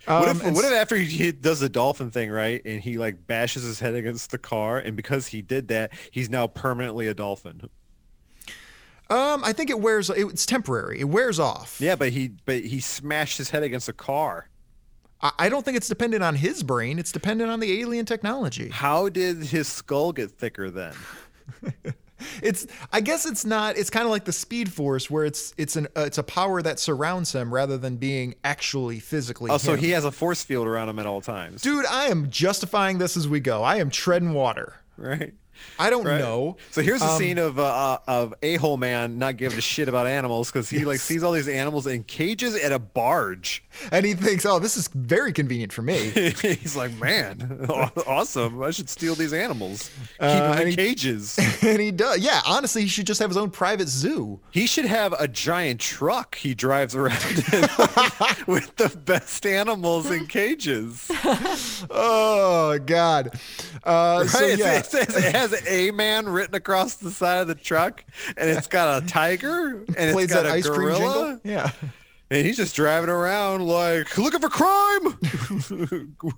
B: what if,
D: Um,
B: what if after he, he does the dolphin thing, right, and he like bashes his head against the car, and because he did that, he's now permanently a dolphin.
D: Um, I think it wears. It, it's temporary. It wears off.
B: Yeah, but he but he smashed his head against a car.
D: I- I don't think it's dependent on his brain. It's dependent on the alien technology.
B: How did his skull get thicker then?
D: it's I guess it's not it's kind of like the speed force where it's it's an uh, it's a power that surrounds him rather than being actually physically
B: Also,
D: him.
B: Oh, he has a force field around him at all times.
D: Dude, I am justifying this as we go. I am treading water.
B: Right.
D: I don't know.
B: So here's
D: Um,
B: a scene of uh, uh, of a hole man not giving a shit about animals because he like sees all these animals in cages at a barge.
D: And he thinks, "Oh, this is very convenient for me."
B: He's like, man, aw- awesome! I should steal these animals, keep them in
D: Uh, and he-
B: cages.
D: and he does. Yeah, honestly, he should just have his own private zoo.
B: He should have a giant truck he drives around in with the best animals in cages.
D: Oh God. Uh, so,
B: Right?
D: yeah.
B: It's- it's- it has a man written across the side of the truck, and it's got a tiger and
D: plays
B: it's got
D: that
B: a
D: ice cream
B: gorilla.
D: jingle. Yeah.
B: And he's just driving around like looking for crime.
D: He's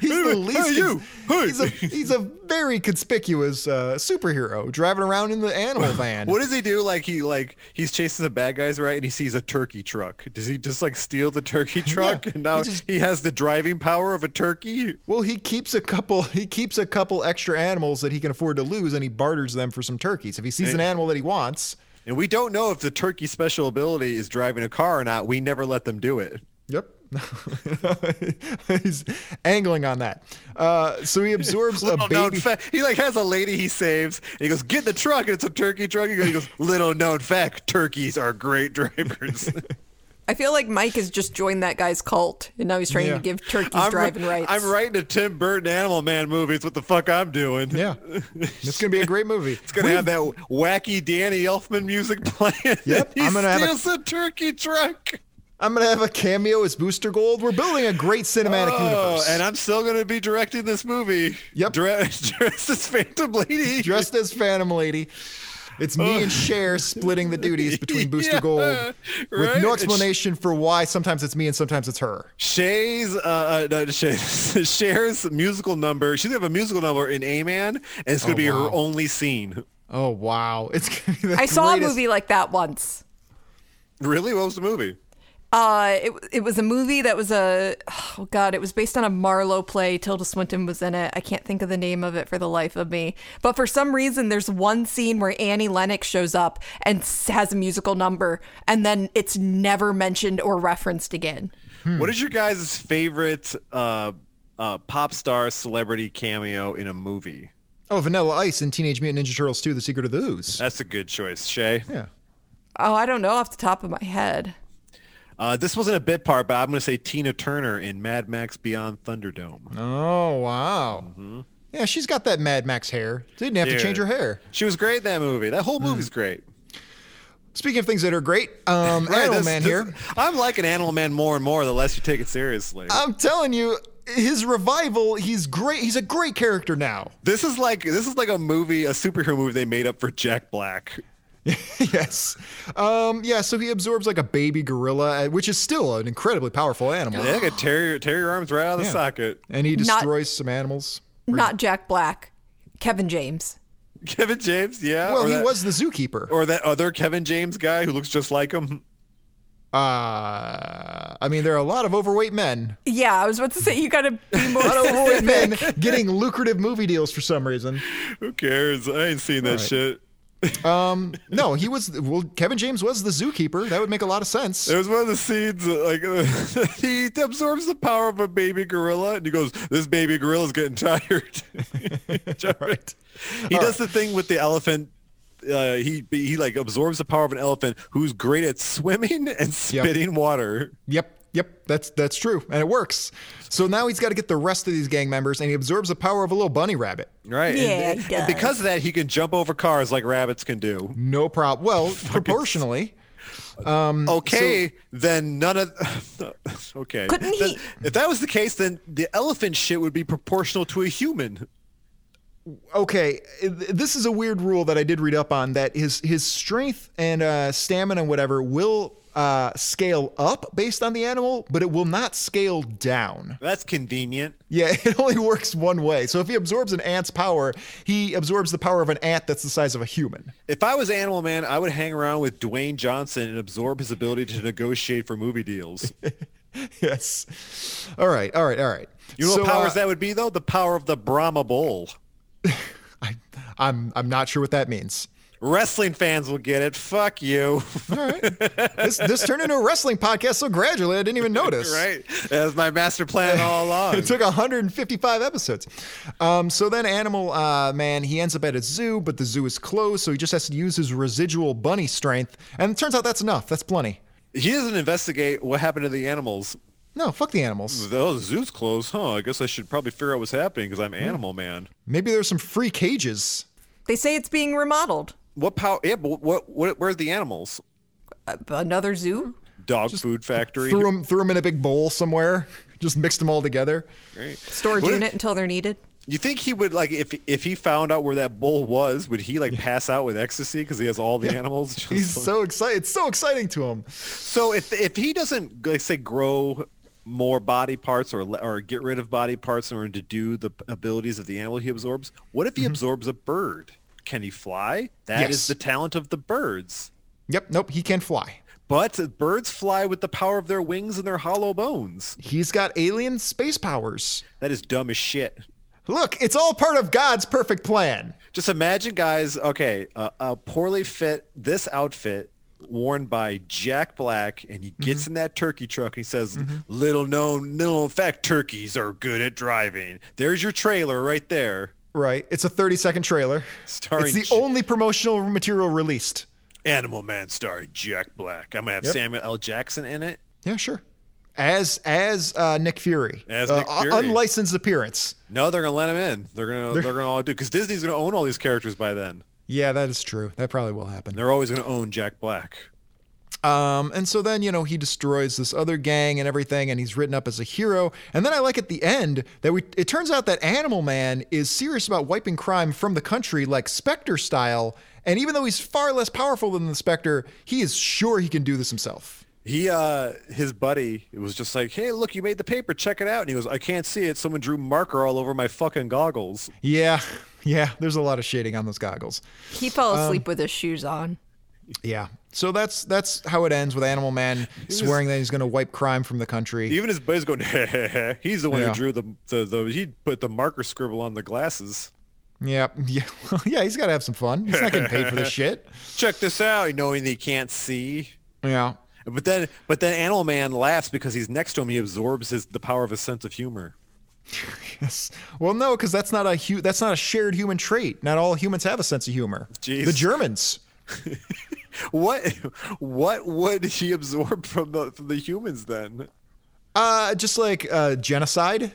D: the least.
B: Hey, you. Hey.
D: He's a he's a very conspicuous uh, superhero driving around in the animal van.
B: what does he do? Like he like he's chasing the bad guys, right? And he sees a turkey truck. Does he just like steal the turkey truck? and now
D: he just-
B: he has the driving power of a turkey.
D: Well, he keeps a couple. He keeps a couple extra animals that he can afford to lose, and he barters them for some turkeys. If he sees an animal that he wants,
B: And we don't know if the turkey special ability is driving a car or not. We never let them do it.
D: yep, he's angling on that. Uh, so he absorbs a
B: Little known
D: baby.
B: fact. He like has a lady he saves. And he goes, "Get in the truck." And it's a turkey truck. He goes, he goes, "Little known fact: turkeys are great drivers."
C: I feel like Mike has just joined that guy's cult, and now he's trying
D: Yeah.
C: to give turkeys
B: I'm,
C: driving rights.
B: I'm writing a Tim Burton Animal Man movie. It's what the fuck I'm doing.
D: yeah, it's gonna be a great movie.
B: It's gonna have that wacky Danny Elfman music playing.
D: Yep,
B: he
D: I'm gonna have a-
B: steals a turkey truck.
D: I'm gonna have a cameo as Booster Gold. We're building a great cinematic
B: Oh,
D: universe.
B: and I'm still gonna be directing this movie.
D: Yep.
B: Dre- dressed as Phantom Lady.
D: dressed as Phantom Lady. It's me and Cher splitting the duties between Booster
B: Oh. Yeah,
D: Gold with
B: right.
D: no
B: It's-
D: explanation for why sometimes it's me and sometimes it's her.
B: Shay's, uh, uh, no, Shay's, Cher's musical number. She's gonna have a musical number in A Man, and it's gonna be her only scene.
D: Oh wow. It's gonna be the
C: I saw
D: greatest-
C: a movie like that once.
B: Really? What was the movie?
C: Uh, it it was a movie that was a oh god, it was based on a Marlowe play. Tilda Swinton was in it. I can't think of the name of it for the life of me. But for some reason, there's one scene where Annie Lennox shows up and s- has a musical number, and then it's never mentioned or referenced again.
D: Hmm.
B: What is your guys' favorite uh, uh, pop star celebrity cameo in a movie?
D: Oh, Vanilla Ice and Teenage Mutant Ninja Turtles 2: The Secret of the Ooze.
B: That's a good choice, Shay.
D: yeah.
C: Oh, I don't know off the top of my head.
B: Uh, this wasn't a bit part, but I'm going to say Tina Turner in Mad Max Beyond Thunderdome.
D: Oh wow. Yeah, she's got that Mad Max hair. Didn't have
B: Mm-hmm. Dude.
D: to change her hair.
B: She was great in that movie. That whole movie's
D: Hmm.
B: great.
D: Speaking of things that are great, um, Animal
B: this-
D: Man
B: this-
D: here.
B: I'm liking Animal Man more and more the less you take it seriously.
D: I'm telling you, his revival. He's great. He's a great character now.
B: this is like this is like a movie, a superhero movie they made up for Jack Black.
D: yes. Um, yeah, so he absorbs like a baby gorilla, uh, which is still an incredibly powerful animal.
B: They could tear your, tear your arms right out of the
D: Yeah.
B: socket.
D: And he
C: Not-
D: destroys some animals.
C: Not Jack Black, Kevin James.
B: Kevin James, yeah.
D: Well,
B: Uh, or
D: he
B: that-
D: was the zookeeper.
B: or that other Kevin James guy who looks just like him.
D: uh, I mean, there are a lot of overweight men.
C: Yeah, I was about to say you gotta be more.
D: A lot of overweight
C: specific.
D: men getting lucrative movie deals for some reason.
B: Who cares? I ain't seen that
D: right.
B: shit.
D: Um, no, he was. Well, Kevin James was the zookeeper. That would make a lot of sense.
B: There was one of the scenes uh, like uh, he absorbs the power of a baby gorilla, and he goes, "This baby gorilla's getting tired." right. He does the thing with the elephant. Uh, he he like absorbs the power of an elephant who's great at swimming and spitting water.
D: Yep. Yep, that's that's true, and it works. So now he's got to get the rest of these gang members, and he absorbs the power of a little bunny rabbit.
B: Right.
C: Yeah,
B: and,
C: he
B: and
C: does.
B: because of that, he can jump over cars like rabbits can do.
D: No problem. Well, proportionally,
B: Okay, then none of. okay.
C: Couldn't
B: Then-
C: he-
B: If that was the case, then the elephant shit would be proportional to a human.
D: okay, th- this is a weird rule that I did read up on that his his strength and uh, stamina and whatever will uh, scale up based on the animal, but it will not scale down.
B: That's convenient.
D: Yeah, it only works one way. So if he absorbs an ant's power, he absorbs the power of an ant that's the size of a human.
B: If I was Animal Man, I would hang around with Dwayne Johnson and absorb his ability to negotiate for movie deals.
D: yes. All right. All right. All right.
B: You know
D: So,
B: what powers
D: uh,
B: that would be, though? The power of the Brahma Bull.
D: I, I'm I'm not sure what that means.
B: Wrestling fans will get it. Fuck you.
D: All right. this this turned into a wrestling podcast so gradually I didn't even notice.
B: right? That was my master plan all along.
D: It took 155 episodes. Um, so then Animal uh, Man, he ends up at a zoo, but the zoo is closed, so he just has to use his residual bunny strength. And it turns out that's enough. That's plenty.
B: He doesn't investigate what happened to the animals.
D: No, fuck the animals.
B: Oh, the zoo's closed, huh? I guess I should probably figure out what's happening because I'm Animal Man.
D: Maybe there's some free cages.
C: They say it's being remodeled.
B: What power? Yeah, but what, what? Where are the animals?
C: Uh, Another zoo?
B: Dog food factory.
D: Threw them, threw them in a big bowl somewhere. Just mixed them all together.
B: Right.
C: Storage
B: What if-
C: unit until they're needed?
B: You think he would like if if he found out where that bull was, would he like pass out with ecstasy because he has all the animals? Just
D: He's
B: like-
D: so excited. It's so exciting to him.
B: So if if he doesn't like say grow more body parts or le- or get rid of body parts in order to do the p- abilities of the animal he absorbs, what if he absorbs a bird? Can he fly? That is
D: Mm-hmm. Yes.
B: the talent of the birds.
D: Yep, nope, he can fly.
B: But birds fly with the power of their wings and their hollow bones.
D: He's got alien space powers.
B: That is dumb as shit.
D: Look, it's all part of God's perfect plan.
B: Just imagine, guys. Okay, uh, a poorly fit this outfit worn by Jack Black, and he gets in that turkey truck and he says, "Little known, little known fact, turkeys are good at driving." There's your trailer right there,
D: Right. It's a 30 second trailer.
B: Starring
D: it's the
B: J-
D: only promotional material released.
B: Animal Man starring Jack Black. I'm gonna have
D: Yep.
B: Samuel L. Jackson in it.
D: Yeah, sure. As as uh, Nick Fury.
B: As
D: Uh,
B: Nick
D: un-
B: Fury.
D: Unlicensed appearance.
B: No, they're gonna let him in. They're gonna they're, gonna all do because Disney's gonna own all these characters by then.
D: Yeah, that is true. That probably will happen.
B: They're always gonna own Jack Black.
D: Um, and so then, you know, he destroys this other gang and everything, and he's written up as a hero. And then I like at the end that we it turns out that Animal Man is serious about wiping crime from the country, like Spectre style. And even though he's far less powerful than the Spectre, he is sure he can do this himself.
B: He uh his buddy was just like, Hey look, you made the paper, check it out and he goes, I can't see it. Someone drew marker all over my fucking goggles.
D: Yeah, yeah, there's a lot of shading on those goggles.
C: He fell asleep with his shoes on.
D: Yeah. So that's that's how it ends with Animal Man swearing that he's going to wipe crime from the country.
B: Even his buddy's going, he's the one
D: Yeah.
B: who drew the, the the he put the marker scribble on the glasses.
D: Yeah, yeah, yeah. He's got to have some fun. He's not getting paid for this shit.
B: Check this out, knowing that he can't see.
D: Yeah.
B: But then but then Animal Man laughs because he's next to him, he absorbs his the power of his sense of humor.
D: Yes. Well, no, because that's not a hu- that's not a shared human trait. Not all humans have a sense of humor.
B: Jeez.
D: The Germans.
B: What what would he absorb from the from the humans then?
D: Uh, just like uh, genocide.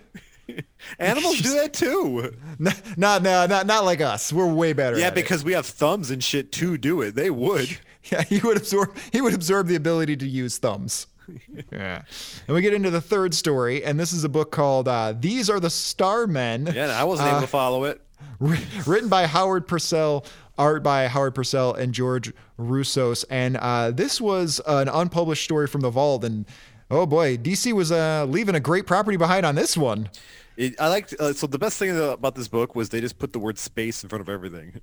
B: Animals do that too.
D: N- Not, no, not, not like us. We're way better.
B: Yeah,
D: at it.
B: because we have thumbs and shit to do it. They would.
D: yeah, he would absorb he would absorb the ability to use thumbs. yeah. And we get into the third story, and this is a book called uh, "These Are the Starmen."
B: Yeah, I wasn't
D: Uh,
B: able to follow it.
D: Wri- written by Howard Purcell, art by Howard Purcell and George Russos. And uh, this was an unpublished story from the vault. And oh boy, DC was uh, leaving a great property behind on this one.
B: It- I liked uh, so the best thing about this book was they just put the word space in front of everything.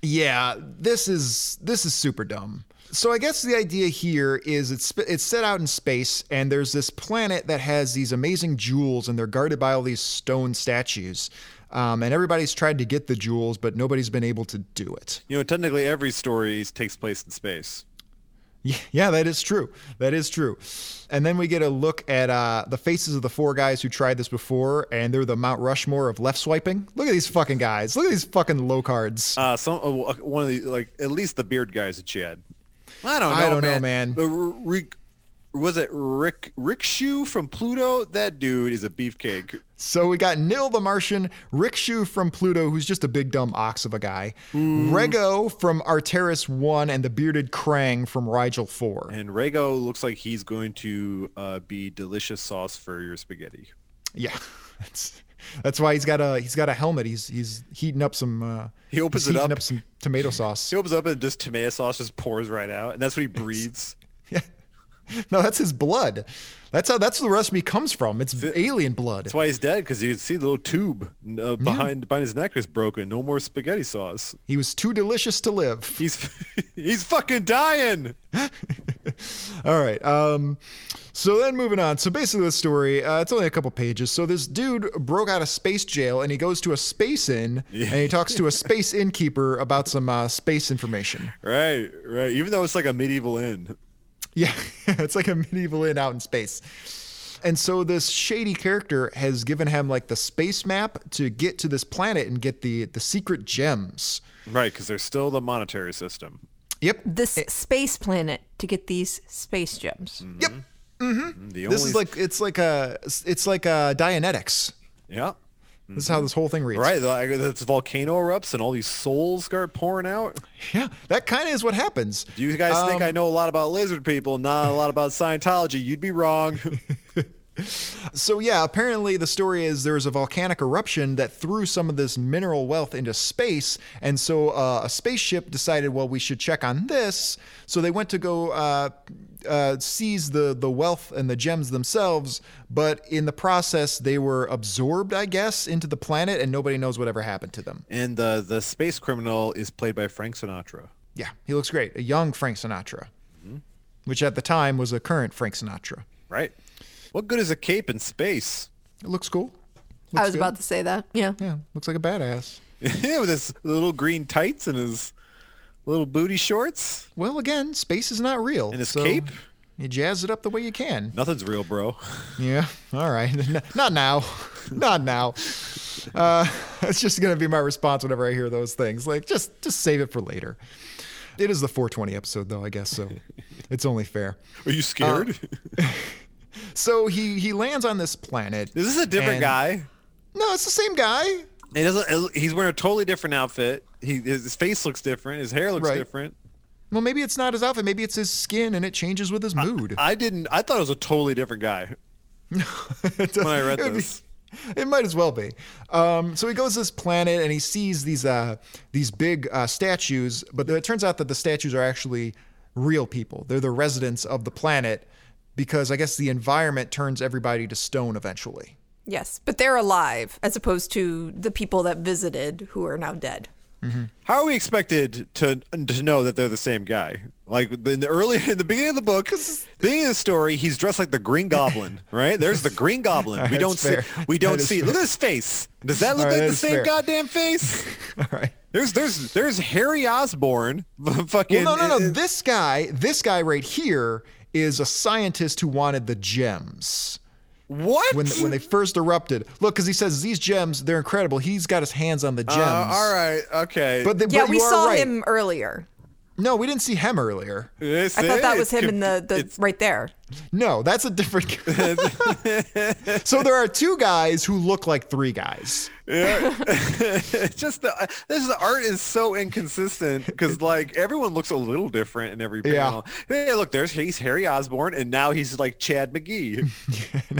D: Yeah, this is this is super dumb. So I guess the idea here is it's sp- it's set out in space, and there's this planet that has these amazing jewels, and they're guarded by all these stone statues. Um, and everybody's tried to get the jewels, but nobody's been able to do it.
B: You know, technically every story takes place in space.
D: Yeah, yeah, that is true. That is true. And then we get a look at uh, the faces of the four guys who tried this before, and they're the Mount Rushmore of left swiping. Look at these fucking guys. Look at these fucking low cards.
B: Uh, some uh, one of the like at least the beard guys at Chad. I don't know.
D: I don't know,
B: man.
D: man.
B: But Rick, was it Rick Rick Shoe from Pluto? That dude is a beefcake.
D: So we got Nil the Martian, Rick Shu from Pluto, who's just a big dumb ox of a guy,
B: Mm.
D: Rego from Arteris 1, and the bearded Krang from Rigel 4.
B: And Rego looks like he's going to uh, be delicious sauce for your spaghetti.
D: Yeah. That's that's why he's got a he's got a helmet. He's he's heating up some uh
B: He opens
D: he's
B: it
D: heating
B: up.
D: up some tomato sauce.
B: He opens up and just tomato sauce just pours right out, and that's what he breathes.
D: No, that's his blood. That's how that's where the recipe comes from. It's alien blood.
B: That's why he's dead because you can see the little tube uh, behind behind his neck is broken. No more spaghetti sauce.
D: He was too delicious to live.
B: He's he's fucking dying.
D: All right. Um, so then moving on. So basically, the story, uh, it's only a couple pages. So this dude broke out of space jail and he goes to a space inn and he talks to a space innkeeper about some uh, space information.
B: Right, right. Even though it's like a medieval inn.
D: Yeah, it's like a medieval inn out in space. And so this shady character has given him like the space map to get to this planet and get the the secret gems.
B: Right, because there's still the monetary system.
D: Yep.
C: This space planet to get these space gems.
D: Yep.
B: The
D: This
B: only,
D: is like it's like a it's like a Dianetics.
B: yeah.
D: This is how this whole thing reads.
B: Mm-hmm. Right, like it's volcano erupts and all these souls start pouring out.
D: Yeah. That kind of is what happens.
B: Do you guys think
D: Um,
B: I know a lot about lizard people, not a lot about Scientology? You'd be wrong.
D: Um, So yeah, apparently the story is there was a volcanic eruption that threw some of this mineral wealth into space, and so uh, a spaceship decided, well, we should check on this. So they went to go uh, uh, seize the the wealth and the gems themselves, but in the process they were absorbed, I guess, into the planet, and nobody knows whatever happened to them.
B: and the the space criminal is played by Frank Sinatra.
D: Yeah, he looks great, a young Frank Sinatra,
B: Mm-hmm.
D: which at the time was a current Frank Sinatra.
B: Right. What good is a cape in space?
D: It looks cool.
C: I was about to say that. Yeah.
D: Yeah, looks like a badass.
B: yeah, with his little green tights and his little booty shorts.
D: Well, again, space is not real.
B: And his
D: so
B: cape?
D: You jazz it up the way you can.
B: Nothing's real, bro.
D: Yeah. All right. N- Not now. not now. Uh, it's just gonna be my response whenever I hear those things. Like, just just save it for later. It is the 420 episode, though. I guess so. it's only fair.
B: Are you scared?
D: So he he lands on this planet.
B: is this a different
D: and-
B: guy?
D: No, it's the same guy.
B: It doesn't. He's wearing a totally different outfit. He his face looks different. His hair looks
D: Right.
B: different.
D: Well, maybe it's not his outfit. Maybe it's his skin, and it changes with his
B: Uh,
D: mood.
B: I didn't. I thought it was a totally different guy.
D: It does-
B: when I read
D: it would be-
B: this.
D: it might as well be. Um, so he goes to this planet and he sees these uh, these big uh, statues, but then it turns out that the statues are actually real people. They're the residents of the planet because I guess the environment turns everybody to stone eventually.
C: Yes. But they're alive as opposed to the people that visited who are now dead.
B: How are we expected to to know that they're the same guy? Like in the early in the beginning of the book, beginning of the story, he's dressed like the Green Goblin, right? There's the Green Goblin. We
D: that's
B: don't see.
D: fair.
B: We
D: That
B: don't
D: is
B: see.
D: fair.
B: Look at his face. Does that look
D: All
B: like
D: right, that
B: the
D: is
B: same
D: fair.
B: goddamn face?
D: All right.
B: There's there's there's Harry Osborne. Fucking.
D: Well, no, no, no.
B: uh,
D: This guy, this guy right here, is a scientist who wanted the gems.
B: What?
D: When, when they first erupted, look, because he says these gems, they're incredible. He's got his hands on the gems.
B: Uh, all right. Okay.
D: But, the,
C: Yeah,
D: but
C: we
D: you are
C: saw
D: right.
C: him earlier.
D: No, we didn't see him earlier.
B: This
C: I thought that
B: is
C: was him in the,
B: conf-
C: the
B: it's-
C: right there.
D: No, that's a different. so there are two guys who look like three guys.
B: It's just the uh, this the art is so inconsistent because like everyone looks a little different in every
D: Yeah.
B: panel. Hey, look, there's he's Harry Osborne, and now he's like Chad McGee.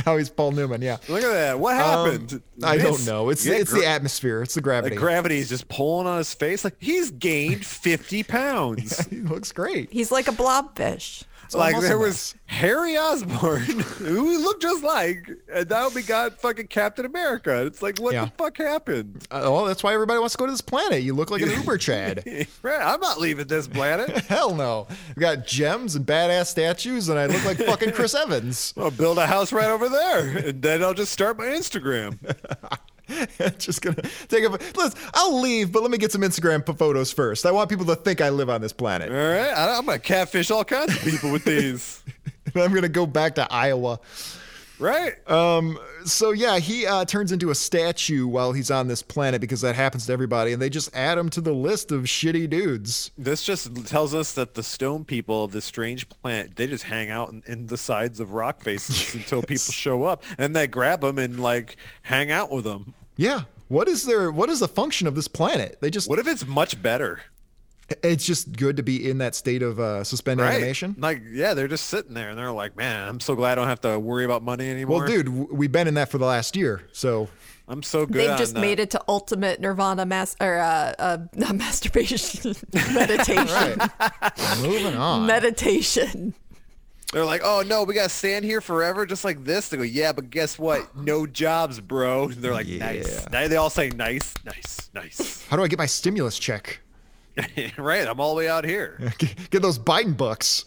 D: now he's Paul Newman. Yeah,
B: Look at that! What happened?
D: Um, I
B: This-
D: don't know. It's
B: yeah,
D: it's
B: gra-
D: the atmosphere. It's the
B: like,
D: gravity.
B: gravity is just pulling on his face. Like he's gained fifty pounds.
D: he looks great.
C: He's like a blobfish.
B: Like
D: muscle
B: there
D: mass.
B: was Harry Osborne, who we looked just like, and now we got fucking Captain America. It's like, what
D: Yeah.
B: the fuck happened?
D: Uh, Oh, that's why everybody wants to go to this planet. You look like an Uber Chad.
B: Right, I'm not leaving this planet.
D: Hell no. We got gems and badass statues, and I look like fucking Chris Evans.
B: I'll build a house right over there, and then I'll just start my Instagram.
D: Just gonna take a. Listen, I'll leave, but let me get some Instagram p- photos first. I want people to think I live on this planet.
B: All right, I, I'm gonna catfish all kinds of people with these,
D: I'm gonna go back to Iowa.
B: right?
D: Uh, so yeah, he uh, turns into a statue while he's on this planet because that happens to everybody, and they just add him to the list of shitty dudes.
B: this just tells us that the stone people of this strange planet they just hang out in, in the sides of rock faces until people show up, and they grab them and like hang out with them.
D: Yeah, what is their what is the function of this planet? They just
B: What if it's much better?
D: it's just good to be in that state of uh, suspended
B: Right?
D: animation.
B: Like, yeah, they're just sitting there, and they're like, "Man, I'm so glad I don't have to worry about money anymore."
D: Well, dude, w- we've been in that for the last year, so
B: I'm so good. uh,
C: They've just made it to ultimate nirvana mas- or uh, uh, not masturbation meditation.
D: moving on.
C: Meditation.
B: They're like, oh no, we gotta stand here forever, just like this. They go, yeah, but guess what? No jobs, bro. And they're like, nice. Now They all say, nice, nice, nice.
D: How do I get my stimulus check?
B: right? I'm all the way out here.
D: Get those Biden bucks.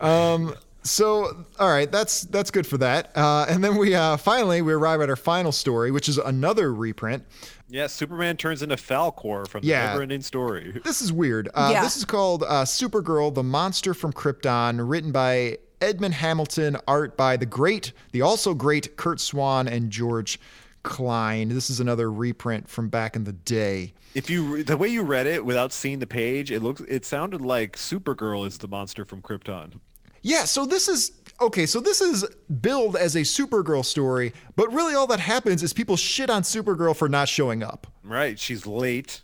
D: Um, so, all right, that's that's good for that. Uh, and then we uh, finally we arrive at our final story, which is another reprint.
B: Yeah, Superman turns into Falcor from the
D: Yeah.
B: never-ending story.
D: This is weird. Uh,
C: Yeah.
D: This is called uh, Supergirl, the Monster from Krypton, written by Edmund Hamilton, art by the great, the also great Kurt Swan and George Klein. This is another reprint from back in the day.
B: If you re- the way you read it without seeing the page, it looks it sounded like Supergirl is the monster from Krypton.
D: Yeah, so this is okay, so this is billed as a Supergirl story, but really all that happens is people shit on Supergirl for not showing up.
B: Right? She's late.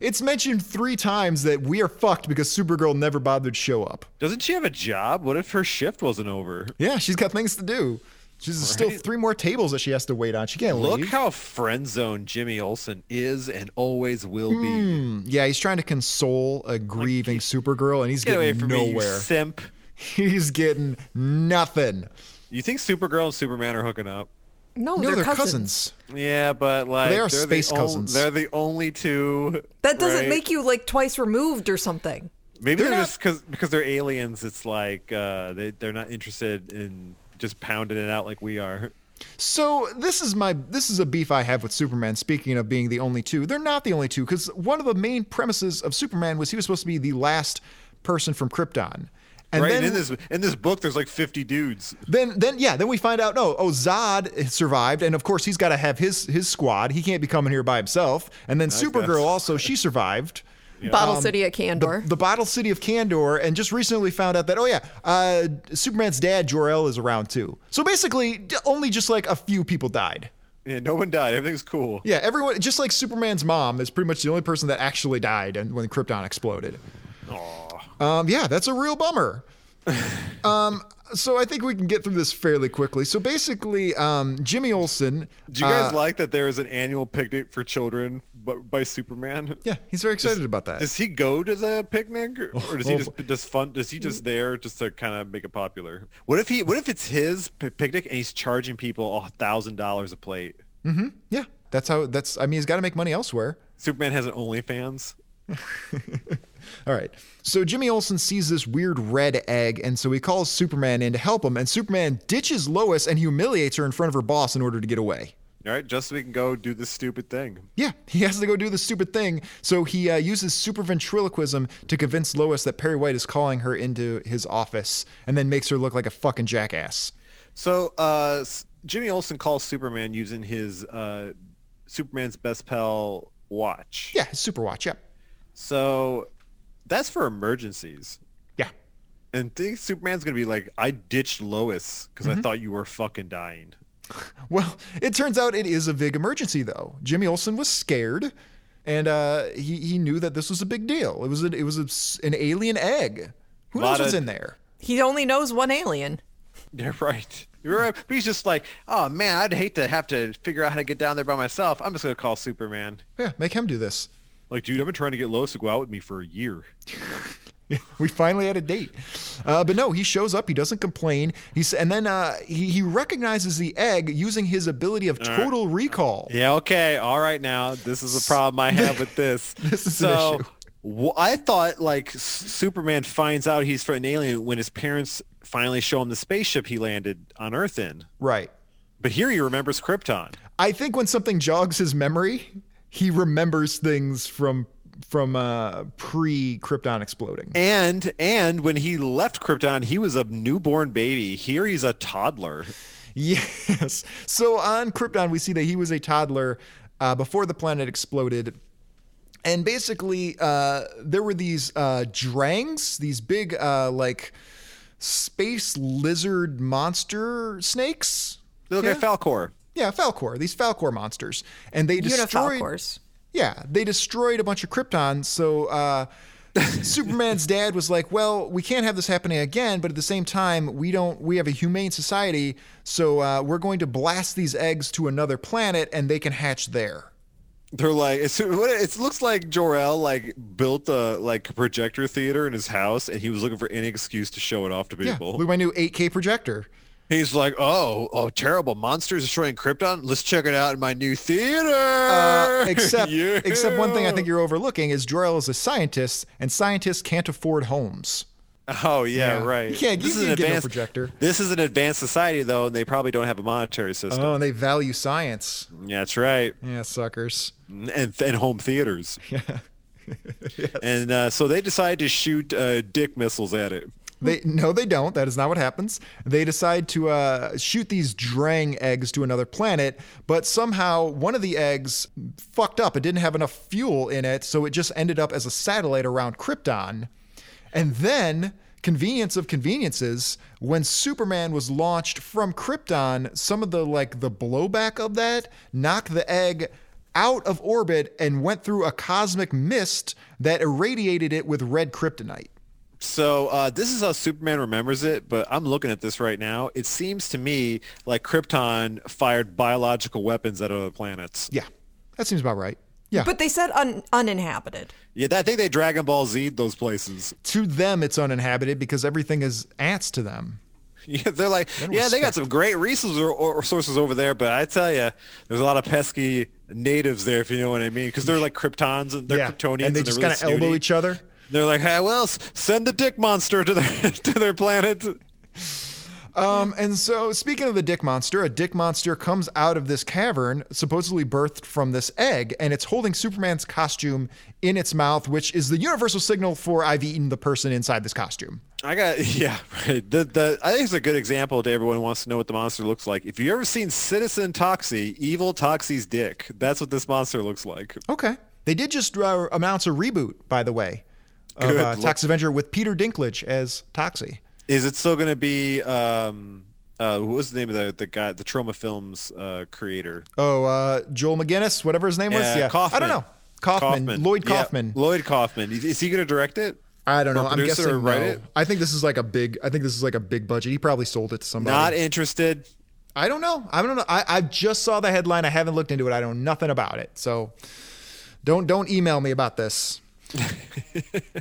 D: It's mentioned three times that we are fucked because Supergirl never bothered to show up.
B: Doesn't she have a job? What if her shift wasn't over?
D: Yeah, she's got things to do. She's still three more tables that she has to wait on. She can't
B: Look
D: leave.
B: how friend zone Jimmy Olsen is and always will be.
D: yeah, he's trying to console a grieving Supergirl, and he's
B: Get away
D: getting
B: from me, you
D: nowhere.
B: simp.
D: he's getting nothing.
B: You think Supergirl and Superman are hooking up?
C: No,
D: No,
C: they're,
D: they're
C: cousins.
D: cousins.
B: Yeah, but like
D: They are
B: they're
D: space
B: the on-
D: cousins.
B: they're the only two.
C: That doesn't
B: right?
C: make you like twice removed or something.
B: Maybe
D: They're
B: they're,
D: not-
B: just because because they're aliens. It's like uh, they they're not interested in just pounding it out like we are.
D: So this is my this is a beef I have with Superman. Speaking of being the only two, they're not the only two because one of the main premises of Superman was he was supposed to be the last person from Krypton, and
B: right?
D: then
B: and in this in this book, there's like 50 dudes.
D: Then, then yeah, then we find out. No, oh, Zod survived, and of course he's got to have his his squad. He can't be coming here by himself. And then Supergirl also she survived. Um,
C: Bottle City at Candor.
D: The Bottle City of Kandor, and just recently found out that oh yeah, uh, Superman's dad Jor El is around too. So basically, d- only just like a few people died.
B: Yeah, no one died. Everything's cool.
D: Yeah, everyone just like Superman's mom is pretty much the only person that actually died, and when Krypton exploded. Um, yeah, that's a real bummer. um, so I think we can get through this fairly quickly. So basically, um, Jimmy Olsen.
B: Do you guys
D: uh,
B: like that there is an annual picnic for children but by Superman?
D: yeah, he's very excited about that.
B: Does he go to the picnic, or or does he
D: Oh,
B: just just fun? Does he just there just to kind of make it popular? What if he? What if it's his p- picnic and he's charging people a thousand dollars a plate?
D: yeah, that's how. That's. I mean, he's got to make money elsewhere.
B: Superman has an OnlyFans.
D: All right. So Jimmy Olsen sees this weird red egg, and so he calls Superman in to help him, and Superman ditches Lois and humiliates her in front of her boss in order to get away.
B: All right, just so we can go do this stupid thing.
D: Yeah, he has to go do the stupid thing. So he uh, uses super ventriloquism to convince Lois that Perry White is calling her into his office and then makes her look like a fucking jackass.
B: So uh, S- Jimmy Olsen calls Superman using his uh, Superman's best pal watch.
D: Yeah, his super watch. Yeah.
B: So that's for emergencies.
D: Yeah.
B: And think Superman's gonna be like, I ditched Lois because I thought you were fucking dying.
D: Well, it turns out it is a big emergency, though. Jimmy Olsen was scared and uh, he, he knew that this was a big deal. It was, an, it was a s an alien egg. Who knows
B: Lotta-
D: what's in there?
C: He only knows one alien.
B: You're right. You're right. But he's just like, oh man, I'd hate to have to figure out how to get down there by myself. I'm just gonna call Superman.
D: Yeah, make him do this.
B: Like, dude, I've been trying to get Lois to go out with me for a year.
D: we finally had a date. Uh, but no, he shows up. He doesn't complain. He's and then uh, he he recognizes the egg using his ability of total recall.
B: Yeah, okay. All right now. This is a problem I have with this.
D: This is an
B: so,
D: issue.
B: wh- I thought like S- Superman finds out he's for an alien when his parents finally show him the spaceship he landed on Earth in.
D: Right.
B: But here he remembers Krypton.
D: I think when something jogs his memory, he remembers things from from uh, pre Krypton exploding.
B: And and when he left Krypton, he was a newborn baby. Here he's a toddler.
D: Yes. So on Krypton, we see that he was a toddler uh, before the planet exploded. And basically, uh, there were these uh, drangs, these big, uh, like, space lizard monster snakes.
B: They look
D: yeah.
B: at Falcor.
D: yeah, Falcor, these Falcor monsters. And they destroyed.
C: Unifalcors.
D: Yeah, they destroyed a bunch of Krypton. So uh, Superman's dad was like, "Well, we can't have this happening again, but at the same time, we don't. We have a humane society, so uh, we're going to blast these eggs to another planet, and they can hatch there."
B: They're like it's, what- it looks like Jor-El like built a like projector theater in his house, and he was looking for any excuse to show it off to
D: Yeah,
B: people.
D: look at my new 8K projector.
B: He's like, oh, oh, terrible monsters destroying Krypton. Let's check it out in my new theater.
D: Uh, except, except one thing I think you're overlooking is Jor-El is a scientist, and scientists can't afford homes.
B: Oh yeah,
D: Yeah.
B: right.
D: You can't- you
B: this is an
D: can't get no
B: advanced
D: projector.
B: This is an advanced society though, and they probably don't have a monetary system.
D: Oh, and they value science.
B: Yeah, that's right.
D: Yeah, suckers.
B: and and home theaters. Yeah. And uh, so they decide to shoot uh, dick missiles at it.
D: They no, they don't. That is not what happens. They decide to uh, shoot these Drang eggs to another planet, but somehow one of the eggs fucked up. It didn't have enough fuel in it, so it just ended up as a satellite around Krypton. And then, convenience of conveniences, when Superman was launched from Krypton, some of the like the blowback of that knocked the egg out of orbit and went through a cosmic mist that irradiated it with red kryptonite.
B: So uh, this is how Superman remembers it, but I'm looking at this right now. It seems to me like Krypton fired biological weapons at other planets.
D: Yeah, that seems about right. Yeah,
C: But they said un- uninhabited.
B: Yeah, I think they Dragon Ball Z those places.
D: to them it's uninhabited because everything is ants to them.
B: Yeah, they're like, yeah, they got some great resources or, or sources over there, but I tell you, there's a lot of pesky natives there, if you know what I mean, because they're like Kryptons and they're Kryptonians,
D: and they
B: are
D: just
B: really
D: kind of elbow
B: snooty.
D: each other.
B: They're like, hey, well, s- send the dick monster to their to their planet.
D: Um, and so speaking of the dick monster, a dick monster comes out of this cavern, supposedly birthed from this egg, and it's holding Superman's costume in its mouth, which is the universal signal for I've eaten the person inside this costume.
B: I got yeah. Right. The the I think it's a good example to everyone who wants to know what the monster looks like. If you have ever seen Citizen Toxie, Evil Toxie's dick, that's what this monster looks like.
D: Okay. They did just uh, announce a reboot, by the way, of
B: Good
D: uh,
B: lord.
D: Tox Avenger with Peter Dinklage as Toxie.
B: Is it still gonna be um uh what was the name of the the guy the Trauma Films uh creator?
D: Oh, uh, Joel McGinnis, whatever his name was.
B: Uh,
D: Yeah,
B: Kaufman.
D: I don't know. Kaufman, Lloyd
B: Yeah,
D: Kaufman.
B: Lloyd Kaufman. Is- Is he gonna direct it?
D: I don't
B: Or
D: know. I'm
B: produce it
D: guessing
B: or write
D: no.
B: it?
D: I think this is like a big. I think this is like a big budget. He probably sold it to somebody.
B: Not interested.
D: I don't know. I don't know. I, I just saw the headline. I haven't looked into it. I know nothing about it. So don't don't email me about this.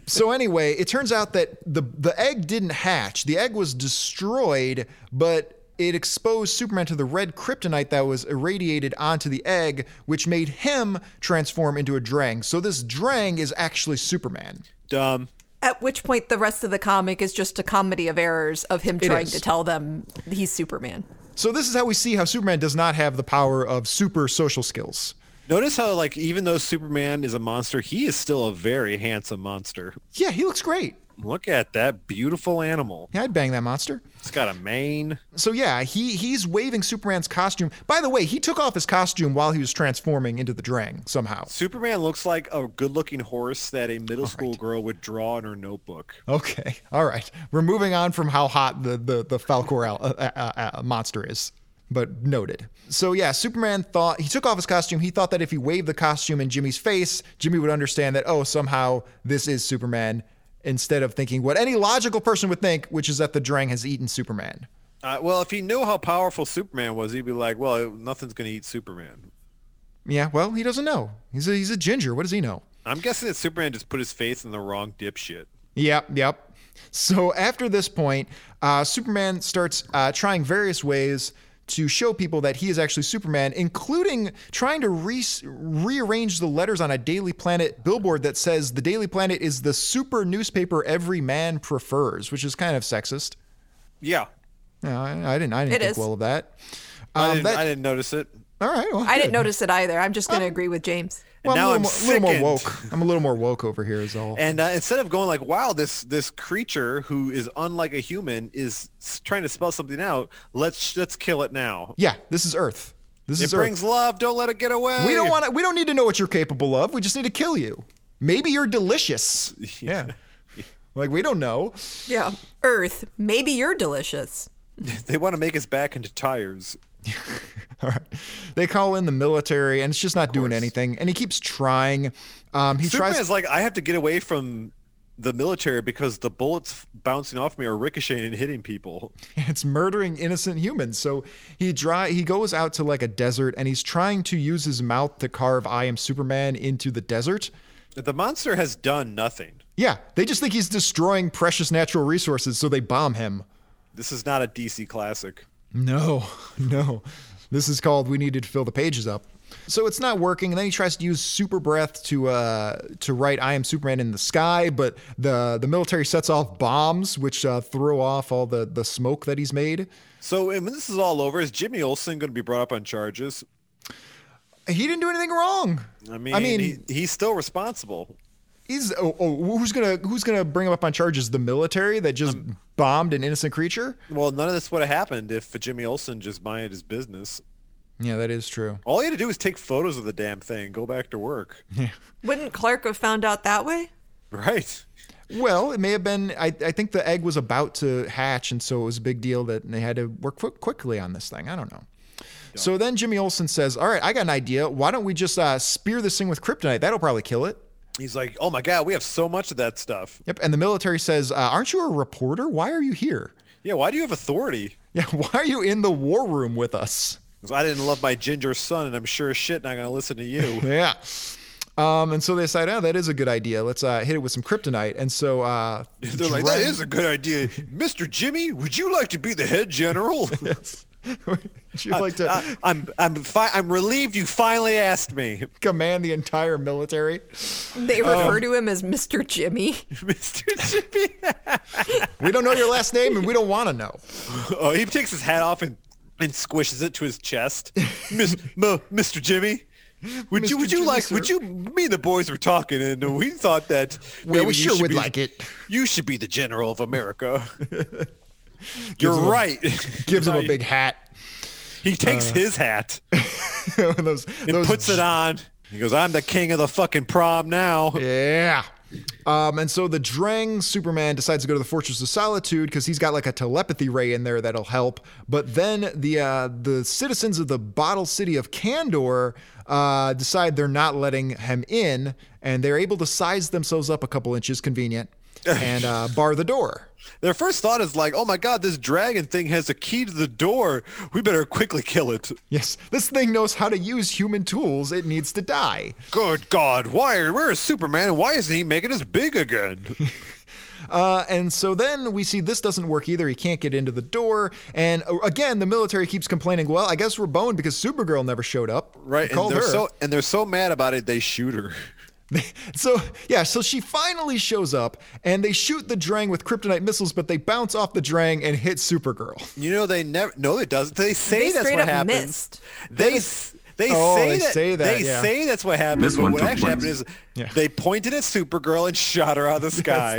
D: so anyway, it turns out that the the egg didn't hatch. The egg was destroyed, but it exposed Superman to the red kryptonite that was irradiated onto the egg, which made him transform into a Drang. So this Drang is actually Superman.
B: Dumb.
C: At which point, the rest of the comic is just a comedy of errors of him trying
D: is.
C: to tell them he's Superman.
D: So this is how we see how Superman does not have the power of super social skills.
B: Notice how like even though Superman is a monster, he is still a very handsome monster.
D: Yeah, he looks great.
B: Look at that beautiful animal.
D: Yeah, I'd bang that monster.
B: It's got a mane.
D: So yeah, he he's waving Superman's costume. By the way, he took off his costume while he was transforming into the Drang somehow.
B: Superman looks like a good-looking horse that a middle school girl would draw in her notebook.
D: Okay, all right. We're moving on from how hot the the, the Falcor al- uh, uh, uh, monster is, but noted. So yeah, Superman thought he took off his costume. He thought that if he waved the costume in Jimmy's face, Jimmy would understand that oh somehow this is Superman. Instead of thinking what any logical person would think, which is that the Drang has eaten Superman.
B: Uh, well, if he knew how powerful Superman was, he'd be like, "Well, nothing's gonna eat Superman."
D: Yeah, well, he doesn't know. He's a, he's a ginger. What does he know?
B: I'm guessing that Superman just put his faith in the wrong dipshit.
D: Yep, yep. So after this point, uh, Superman starts uh, trying various ways to show people that he is actually Superman, including trying to re- rearrange the letters on a Daily Planet billboard that says the Daily Planet is the super newspaper every man prefers, which is kind of sexist.
B: Yeah,
D: Yeah, I, I didn't, I didn't
C: It
D: think
C: is.
D: well of that.
B: I,
D: Um,
B: didn't,
D: that
B: I didn't notice it.
D: all right, well,
C: I
D: good.
C: didn't notice it either. I'm just going to agree with James.
D: Well,
B: now
D: I'm a little,
B: I'm
D: mo- little more
B: sickened.
D: woke. I'm a little more woke over here, is all.
B: And uh, instead of going like, "Wow, this this creature who is unlike a human is s- trying to spell something out," let's let's kill it now.
D: yeah, this is Earth. This
B: It
D: is Earth.
B: brings love. Don't let it get away.
D: We don't want to. We don't need to know what you're capable of. We just need to kill you. Maybe you're delicious. Yeah. Like we don't know.
C: Yeah. Earth, maybe you're delicious.
B: They want to make us back into tires.
D: All right. They call in the military, and it's just not doing anything. And he keeps trying. Um, he
B: Superman's
D: tries.
B: like, I have to get away from the military because the bullets bouncing off me are ricocheting and hitting people.
D: It's murdering innocent humans. So he dry. He goes out to like a desert, and he's trying to use his mouth to carve "I am Superman" into the desert.
B: The monster has done nothing.
D: Yeah, they just think he's destroying precious natural resources, so they bomb him.
B: This is not a DC classic.
D: No, no. This is called "We Needed to Fill the Pages Up." So it's not working, and then he tries to use super breath to uh, to write "I am Superman in the sky," but the the military sets off bombs, which uh, throw off all the the smoke that he's made.
B: So and when this is all over, is Jimmy Olsen going to be brought up on charges?
D: He didn't do anything wrong.
B: I mean, I mean, he, he's still responsible.
D: he's oh, oh, who's gonna who's gonna bring him up on charges? The military that just
B: Um,
D: bombed an innocent creature?
B: Well, none of this would have happened if Jimmy Olsen just minded his business.
D: Yeah, that is true.
B: All he had to do was take photos of the damn thing, go back to work.
C: Wouldn't Clark have found out that way?
B: Right.
D: Well, it may have been. I, I think the egg was about to hatch, and so it was a big deal that they had to work quick, quickly on this thing. I don't know. So then Jimmy Olsen says, "All right, I got an idea. Why don't we just uh, spear this thing with kryptonite? That'll probably kill it."
B: He's like, oh my god, we have so much of that stuff.
D: Yep. And the military says, uh, "Aren't you a reporter? Why are you here?
B: Yeah, why do you have authority?
D: Yeah, why are you in the war room with us?"
B: 'Cause I didn't love my ginger son, and I'm sure as shit not going to listen to you.
D: Yeah. Um, and so they decide, oh, that is a good idea. Let's uh, hit it with some kryptonite. And so uh,
B: They're like, that is a good idea, Mister Jimmy. Would you like to be the head general?
D: Would you like to
B: I, I'm I'm fi- I'm relieved you finally asked me,
D: command the entire military?
C: They
D: Um,
C: refer to him as Mr. Jimmy.
B: Mister Jimmy.
D: We don't know your last name, and we don't want to know.
B: oh, he takes his hat off and and squishes it to his chest. Miss, m- Mr. Jimmy. Would you
D: Mr.
B: would you
D: Jimmy,
B: like
D: sir.
B: would you me and the boys were talking and we thought that
D: Well,
B: maybe you
D: we sure
B: should
D: would
B: be-
D: like it.
B: You should be the general of America. You're right.
D: Gives him
B: No,
D: a
B: he-
D: big hat.
B: He takes his hat
D: those,
B: and
D: Uh, those
B: puts it on. He goes, "I'm the king of the fucking prom now."
D: Yeah. Um, and so the Drang Superman decides to go to the Fortress of Solitude because he's got like a telepathy ray in there that'll help. But then the uh, the citizens of the Bottle City of Candor uh, decide they're not letting him in, and they're able to size themselves up a couple inches, convenient, and uh, bar the door.
B: Their first thought is like, "Oh my god, this dragon thing has a key to the door. We better quickly kill it."
D: Yes, this thing knows how to use human tools. It needs to die.
B: Good God, why? are- Where is Superman? Why isn't he making us big again?
D: Uh, and so then we see this doesn't work either. He can't get into the door. And uh, again, the military keeps complaining, well, I guess we're boned because Supergirl never showed up.
B: Right, and
D: Called
B: they're
D: her.
B: so and they're so mad about it they shoot her.
D: so, yeah, so she finally shows up and they shoot the Drang with kryptonite missiles, but they bounce off the Drang and hit Supergirl.
B: You know they never. No, it doesn't. They say
C: They
B: that's
C: straight
B: what
C: up
B: happens.
C: missed.
B: They s- they,
D: Oh,
B: say,
D: they
B: that,
D: say that,
B: They
D: yeah.
B: say that's what happened.
A: This
B: but
A: one
B: what
A: took
B: actually
A: place.
B: happened is
D: Yeah.
B: they pointed at Supergirl and shot her out of the sky.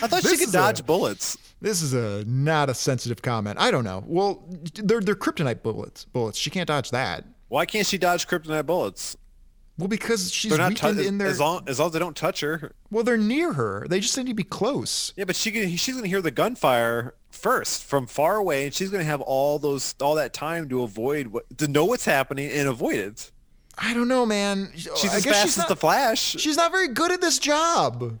B: I thought she
D: This
B: could
D: is a-
B: dodge bullets.
D: This is a not a sensitive comment. I don't know. Well, they're, they're kryptonite bullets. Bullets. She can't dodge that.
B: Why can't she dodge kryptonite bullets?
D: Well, because she's
B: They're not tou-
D: weakened in their.
B: as long as long as they don't touch her.
D: well, they're near her. They just need to be close.
B: Yeah, but she can, she's gonna hear the gunfire first from far away, and she's gonna have all those all that time to avoid what to know what's happening and avoid it.
D: I don't know, man.
B: She's
D: I
B: as
D: guess
B: fast
D: she's
B: as
D: not-
B: the Flash.
D: She's not very good at this job.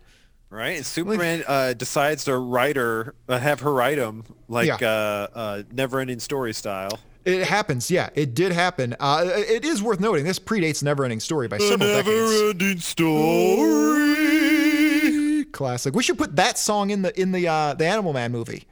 B: Right, and Superman uh, decides to write her, uh, have her write him like
D: Yeah.
B: uh, uh, never-ending story style.
D: It happens, yeah. It did happen. Uh, it is worth noting this predates Neverending Story by several decades.
B: story.
D: Classic. We should put that song in the in the uh, the Animal Man movie.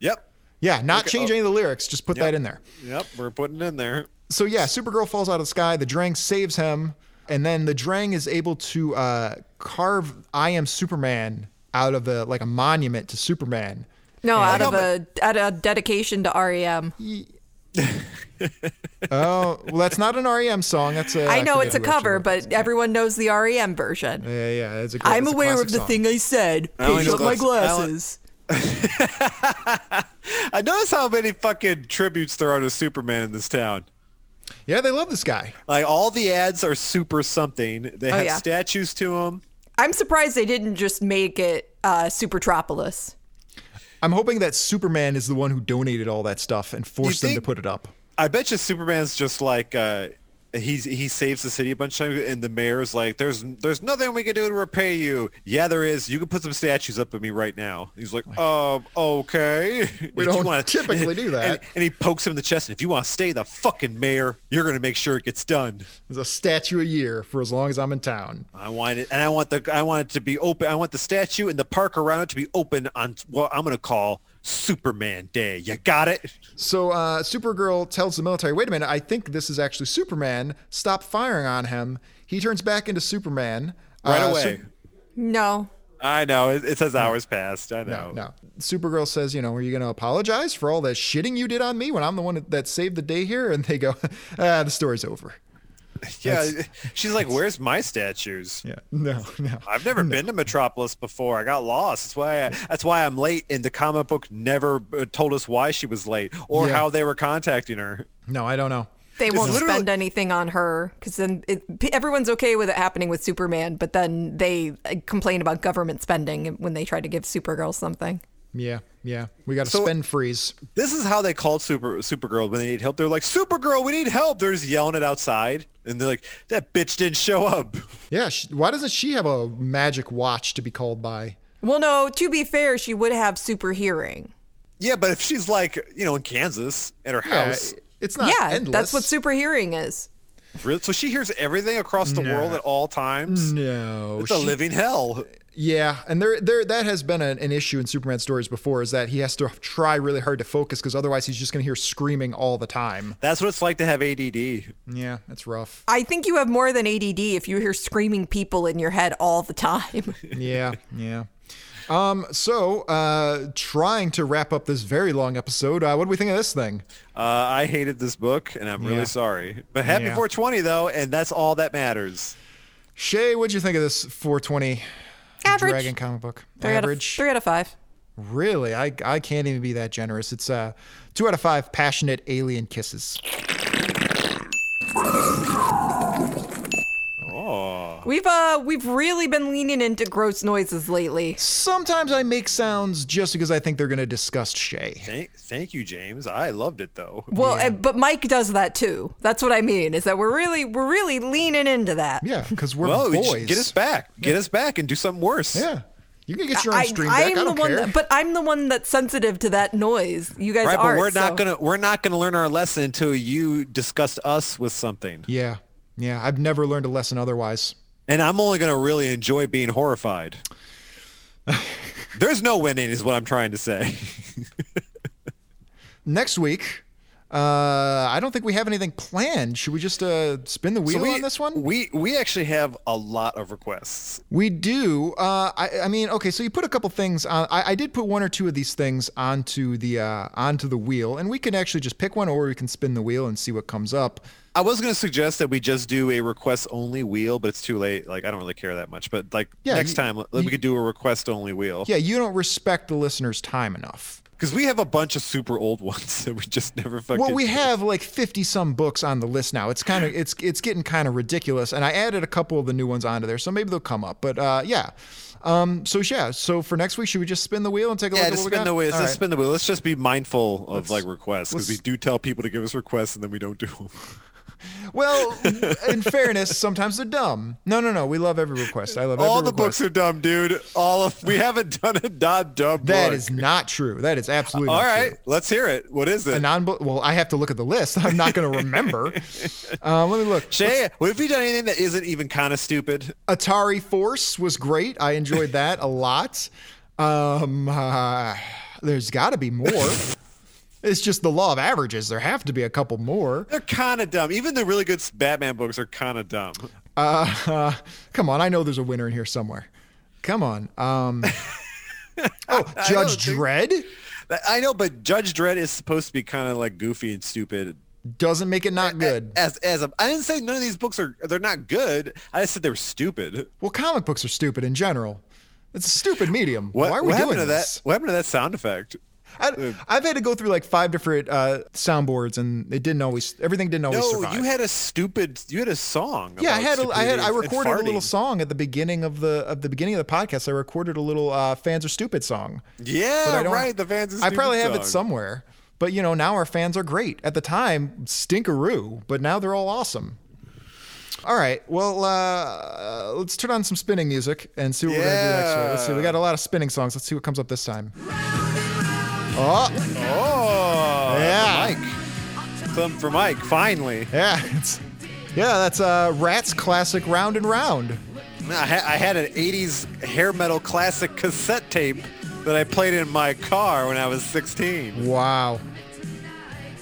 B: Yep,
D: Yeah, not change any of the lyrics. Just put that in there.
B: yep, we're putting it in there.
D: So yeah, Supergirl falls out of the sky. The Drang saves him, and then the Drang is able to uh, carve "I am Superman" out of the like a monument to Superman.
C: No, out
B: I
C: of a out of dedication to E REM.
D: Oh, well, that's not an REM song. That's a
C: I know
D: forget
C: it's a
D: who actually
C: cover,
D: wrote it.
C: but everyone knows the REM version.
D: yeah, yeah, it's a great,
C: I'm
D: it's a
C: aware
D: classic
C: of the
D: song.
C: thing I said.
B: only
C: Page
B: know
C: up my
B: classic- I only-
C: glasses.
B: I notice how many fucking tributes there are to Superman in this town.
D: Yeah, they love this guy.
B: Like all the ads are super something. They have
C: yeah.
B: statues to him.
C: I'm surprised they didn't just make it uh, Supertropolis.
D: I'm hoping that Superman is the one who donated all that stuff and forced them to
B: think-
D: put it up.
B: I bet you Superman's just like uh, he's he saves the city a bunch of times, and the mayor's like, "There's there's nothing we can do to repair you." Yeah, there is. You can put some statues up at me right now. He's like, "Um, okay." We
D: don't typically do that.
B: And, and he pokes him in the chest. And if you want to stay the fucking mayor, you're gonna make sure it gets done.
D: There's a statue a year for as long as I'm in town.
B: I want it, and I want the I want it to be open. I want the statue and the park around it to be open on what I'm gonna call Superman Day. You got it?
D: So uh, Supergirl tells the military, wait a minute, I think this is actually Superman. Stop firing on him. He turns back into Superman.
B: Right
D: Uh,
B: away.
D: Sup-
C: No.
B: I know. It, it says hours passed. I know.
D: no, no. Supergirl says, you know, are you going to apologize for all the shitting you did on me when I'm the one that saved the day here? And they go, ah, the story's over.
B: Yeah. She's like, where's my statues?
D: Yeah. No, no.
B: I've never been to Metropolis before. I got lost. That's why. I, that's why I'm late. And the comic book never uh, told us why she was late or
D: Yeah.
B: how they were contacting her.
D: No, I don't know.
C: They won't
B: literally-
C: spend anything on her because then it, p- everyone's okay with it happening with Superman, but then they uh, complain about government spending when they try to give Supergirl something.
D: Yeah, yeah. We got to
B: So-
D: spend freeze.
B: This is how they called Super Supergirl when they need help. They're like, Supergirl, we need help. They're just yelling it outside, and they're like, that bitch didn't show up.
D: Yeah. She, why doesn't she have a magic watch to be called by?
C: Well, no, to be fair, she would have super hearing.
B: Yeah, but if she's like, you know, in Kansas at her house,
D: Yeah, Oh, it's not.
C: yeah,
D: endless.
C: that's what super hearing is.
B: re- so she hears everything across the world at all times.
D: No.
B: It's a
D: she-
B: living hell.
D: Yeah, and there, there, that has been an, an issue in Superman stories before is that he has to try really hard to focus because otherwise he's just going to hear screaming all the time.
B: That's what it's like to have ADD.
D: Yeah, that's rough.
C: I think you have more than ADD if you hear screaming people in your head all the time.
D: Yeah, yeah. Um, so uh, trying to wrap up this very long episode. Uh, what do we think of this thing?
B: Uh, I hated this book, and I'm
D: Yeah.
B: really sorry. But happy
D: Yeah.
B: 420 though, and that's all that matters.
D: Shay, what'd you think of this 420
C: Average.
D: Dragon comic book?
C: Three Out of,
D: Average.
C: three out of five.
D: Really, I I can't even be that generous. It's uh, two out of five passionate alien kisses.
C: We've uh we've really been leaning into gross noises lately.
D: Sometimes I make sounds just because I think they're going to disgust Shay.
B: Thank, thank you, James. I loved it though.
C: Well, uh, but Mike does that too. That's what I mean. Is that we're really we're really leaning into that.
D: Yeah, because we're
B: Well, we should
D: boys.
B: get us back. Get us back and do something worse.
D: Yeah, you can get your own
C: I,
D: stream
C: I
D: deck. I
C: am the
D: don't
C: one,
D: care.
C: that, but I'm the one that's sensitive to that noise. You guys
B: Right,
C: are.
B: but we're not
C: so-
B: gonna we're not gonna learn our lesson until you disgust us with something.
D: yeah, yeah. I've never learned a lesson otherwise.
B: And I'm only gonna really enjoy being horrified. There's no winning, is what I'm trying to say.
D: Next week, uh, I don't think we have anything planned. Should we just uh, spin the wheel
B: So we-
D: on this one?
B: we we actually have a lot of requests.
D: We do. Uh, I, I mean, okay. So you put a couple things on. I, I did put one or two of these things onto the uh, onto the wheel, and we can actually just pick one, or we can spin the wheel and see what comes up.
B: I was gonna suggest that we just do a request only wheel, but it's too late. Like I don't really care that much. But like
D: Yeah,
B: next
D: you-
B: time, like, we could do a request only wheel.
D: Yeah, you don't respect the listener's time enough.
B: because we have a bunch of super old ones that we just never fucking.
D: Well, we have like fifty some books on the list now. It's kind of it's it's getting kind of ridiculous, and I added a couple of the new ones onto there, so maybe they'll come up. But uh, yeah. Um, so yeah. So for next week, should we just spin the wheel and take a
B: Yeah,
D: look at
B: just
D: what we
B: spin
D: got?
B: the wheel.
D: All
B: Just
D: right.
B: spin the wheel. Let's just be mindful of like requests because we
D: let's-
B: do tell people to give us requests and then we don't do them.
D: Well, in fairness, sometimes they're dumb. No, no, no. We love every request. I love
B: All the
D: every request.
B: books are dumb, dude. All of we haven't done a non dumb book.
D: That is not true. That is absolutely
B: all
D: not
B: right.
D: True.
B: Let's hear it. What is
D: A
B: it?
D: non well, I have to look at the list. I'm not going to remember. uh, let me look.
B: Shay, what have you done anything that isn't even kind of stupid?
D: Atari Force was great. I enjoyed that a lot. Um, uh, there's got to be more. it's just the law of averages. There have to be a couple more.
B: They're kind of dumb. Even the really good s- Batman books are kind of dumb.
D: Uh, uh, come on, I know there's a winner in here somewhere. Come on. Um, oh, Judge
B: think-
D: Dredd
B: I- I know, but Judge Dredd is supposed to be kind of like goofy and stupid.
D: doesn't make it not good.
B: As as a, I didn't say none of these books are they're not good. I just said they were stupid.
D: Well, comic books are stupid in general. It's a stupid medium.
B: What,
D: Why are we
B: what
D: doing
B: happened to
D: this?
B: that? What happened to that sound effect?
D: I, I've had to go through like five different uh, soundboards, and it didn't always. Everything didn't always
B: No,
D: survive.
B: you had a stupid. You had a song.
D: yeah, I
B: about
D: had, a, I had, I
B: stupidity and
D: recorded a little
B: farting.
D: song at the beginning of the of the beginning of the podcast. I recorded a little uh, "Fans Are Stupid" song.
B: Yeah,
D: I don't-
B: right. The fans. Is
D: I probably
B: Stupid
D: have it
B: song.
D: somewhere, but you know, now our fans are great. At the time, stinkeroo, but now they're all awesome. All right, well, uh, let's turn on some spinning music and see what we're gonna do next. Week. Let's see, we got a lot of spinning songs. Let's see what comes up this time. Oh,
B: Oh,
D: Yeah.
B: yeah, Mike. Some for Mike. Finally,
D: yeah, it's, yeah, that's uh, Rat's classic "Round and Round."
B: I, ha- I had an '80s hair metal classic cassette tape that I played in my car when I was 16.
D: Wow.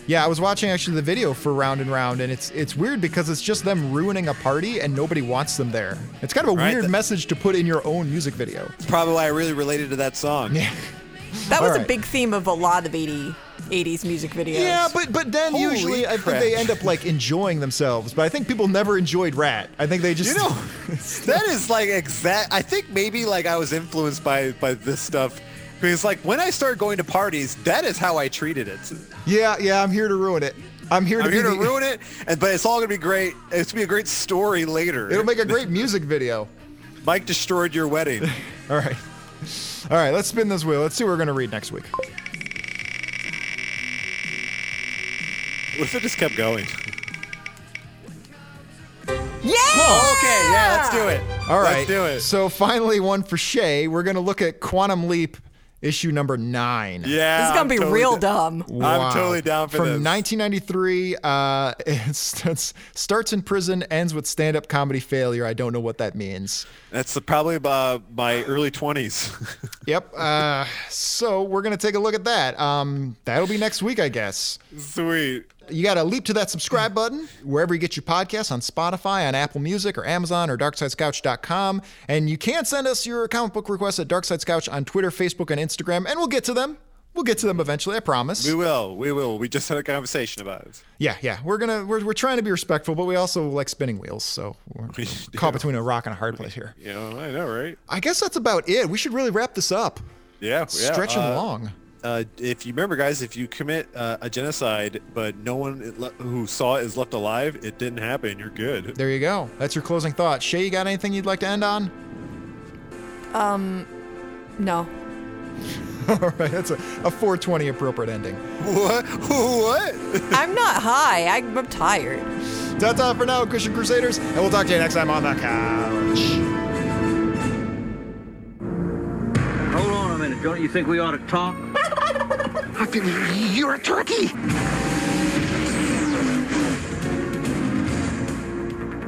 D: Yeah, I was watching actually the video for Round and Round, and it's it's weird because it's just them ruining a party and nobody wants them there. It's kind of a
B: Right,
D: weird
B: that-
D: message to put in your own music video.
B: It's probably why I really related to that song.
D: Yeah,
C: That was
D: Alright.
C: a big theme of a lot of 80, 80s music videos.
D: yeah, but but then
B: Holy
D: usually I think
B: crap.
D: they end up like enjoying themselves. But I think people never enjoyed Rat. I think they just
B: You know, that is like exact. I think maybe like I was influenced by by this stuff because like when I started going to parties, that is how I treated it.
D: yeah yeah. I'm here to ruin it. I'm here to
B: I'm
D: be
B: here to
D: the-
B: ruin it, and but it's all gonna be great. It's gonna be a great story later.
D: It'll make a great music video.
B: Mike destroyed your wedding.
D: All right. All right, let's spin this wheel. Let's see what we're going to read next week.
B: What if it just kept going?
C: Yeah!
B: Oh, Okay, yeah, let's do it.
D: All right.
B: let's do it.
D: So, finally, one for Shay. We're going to look at Quantum Leap, issue number nine.
B: yeah,
C: This is going
B: I'm
C: to be
B: totally
C: real
B: d-
C: dumb.
B: I'm totally down for
D: From
B: this.
D: 1993, uh, it starts, starts in prison, ends with stand up comedy failure. I don't know what that means.
B: That's probably uh, my early 20s.
D: Yep. Uh, so, we're going to take a look at that. Um, that'll be next week, I guess.
B: Sweet.
D: You got to leap to that subscribe button wherever you get your podcasts on Spotify, on Apple Music, or Amazon, or darksidescouch.com. And you can send us your comic book requests at darksidescouch on Twitter, Facebook, and Instagram, and we'll get to them. We'll get to them eventually, I promise.
B: We will. We will. We just had a conversation about it.
D: Yeah, yeah. We're gonna we're, we're trying to be respectful, but we also like spinning wheels, so we're caught between a rock and a hard place here.
B: You know, I know, right?
D: I guess that's about it. We should really wrap this up.
B: Yeah. yeah.
D: Stretching
B: uh,
D: long.
B: Uh, if you remember, guys, if you commit uh, a genocide, but no one le- who saw it is left alive, it didn't happen. You're good.
D: There you go. That's your closing thought. Shay, you got anything you'd like to end on?
C: No.
D: All right, that's a, a 420 appropriate ending.
B: What? what?
C: I'm not high. I- I'm tired.
D: That's all for now, Christian Crusaders, and we'll talk to you next time on the couch.
E: Hold on a minute. Don't you think we ought to talk?
F: You're a turkey!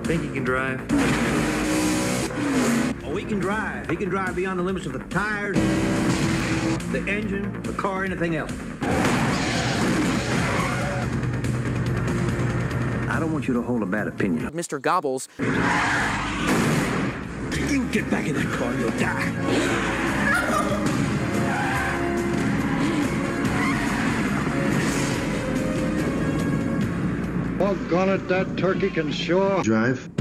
E: Think he can drive? Oh, he can drive. He can drive beyond the limits of the tires, the engine, the car, anything else. I don't want you to hold a bad opinion.
G: Mr. Gobbles.
E: You get back in that car, you'll die.
H: Doggone it, that turkey can sure
F: Drive.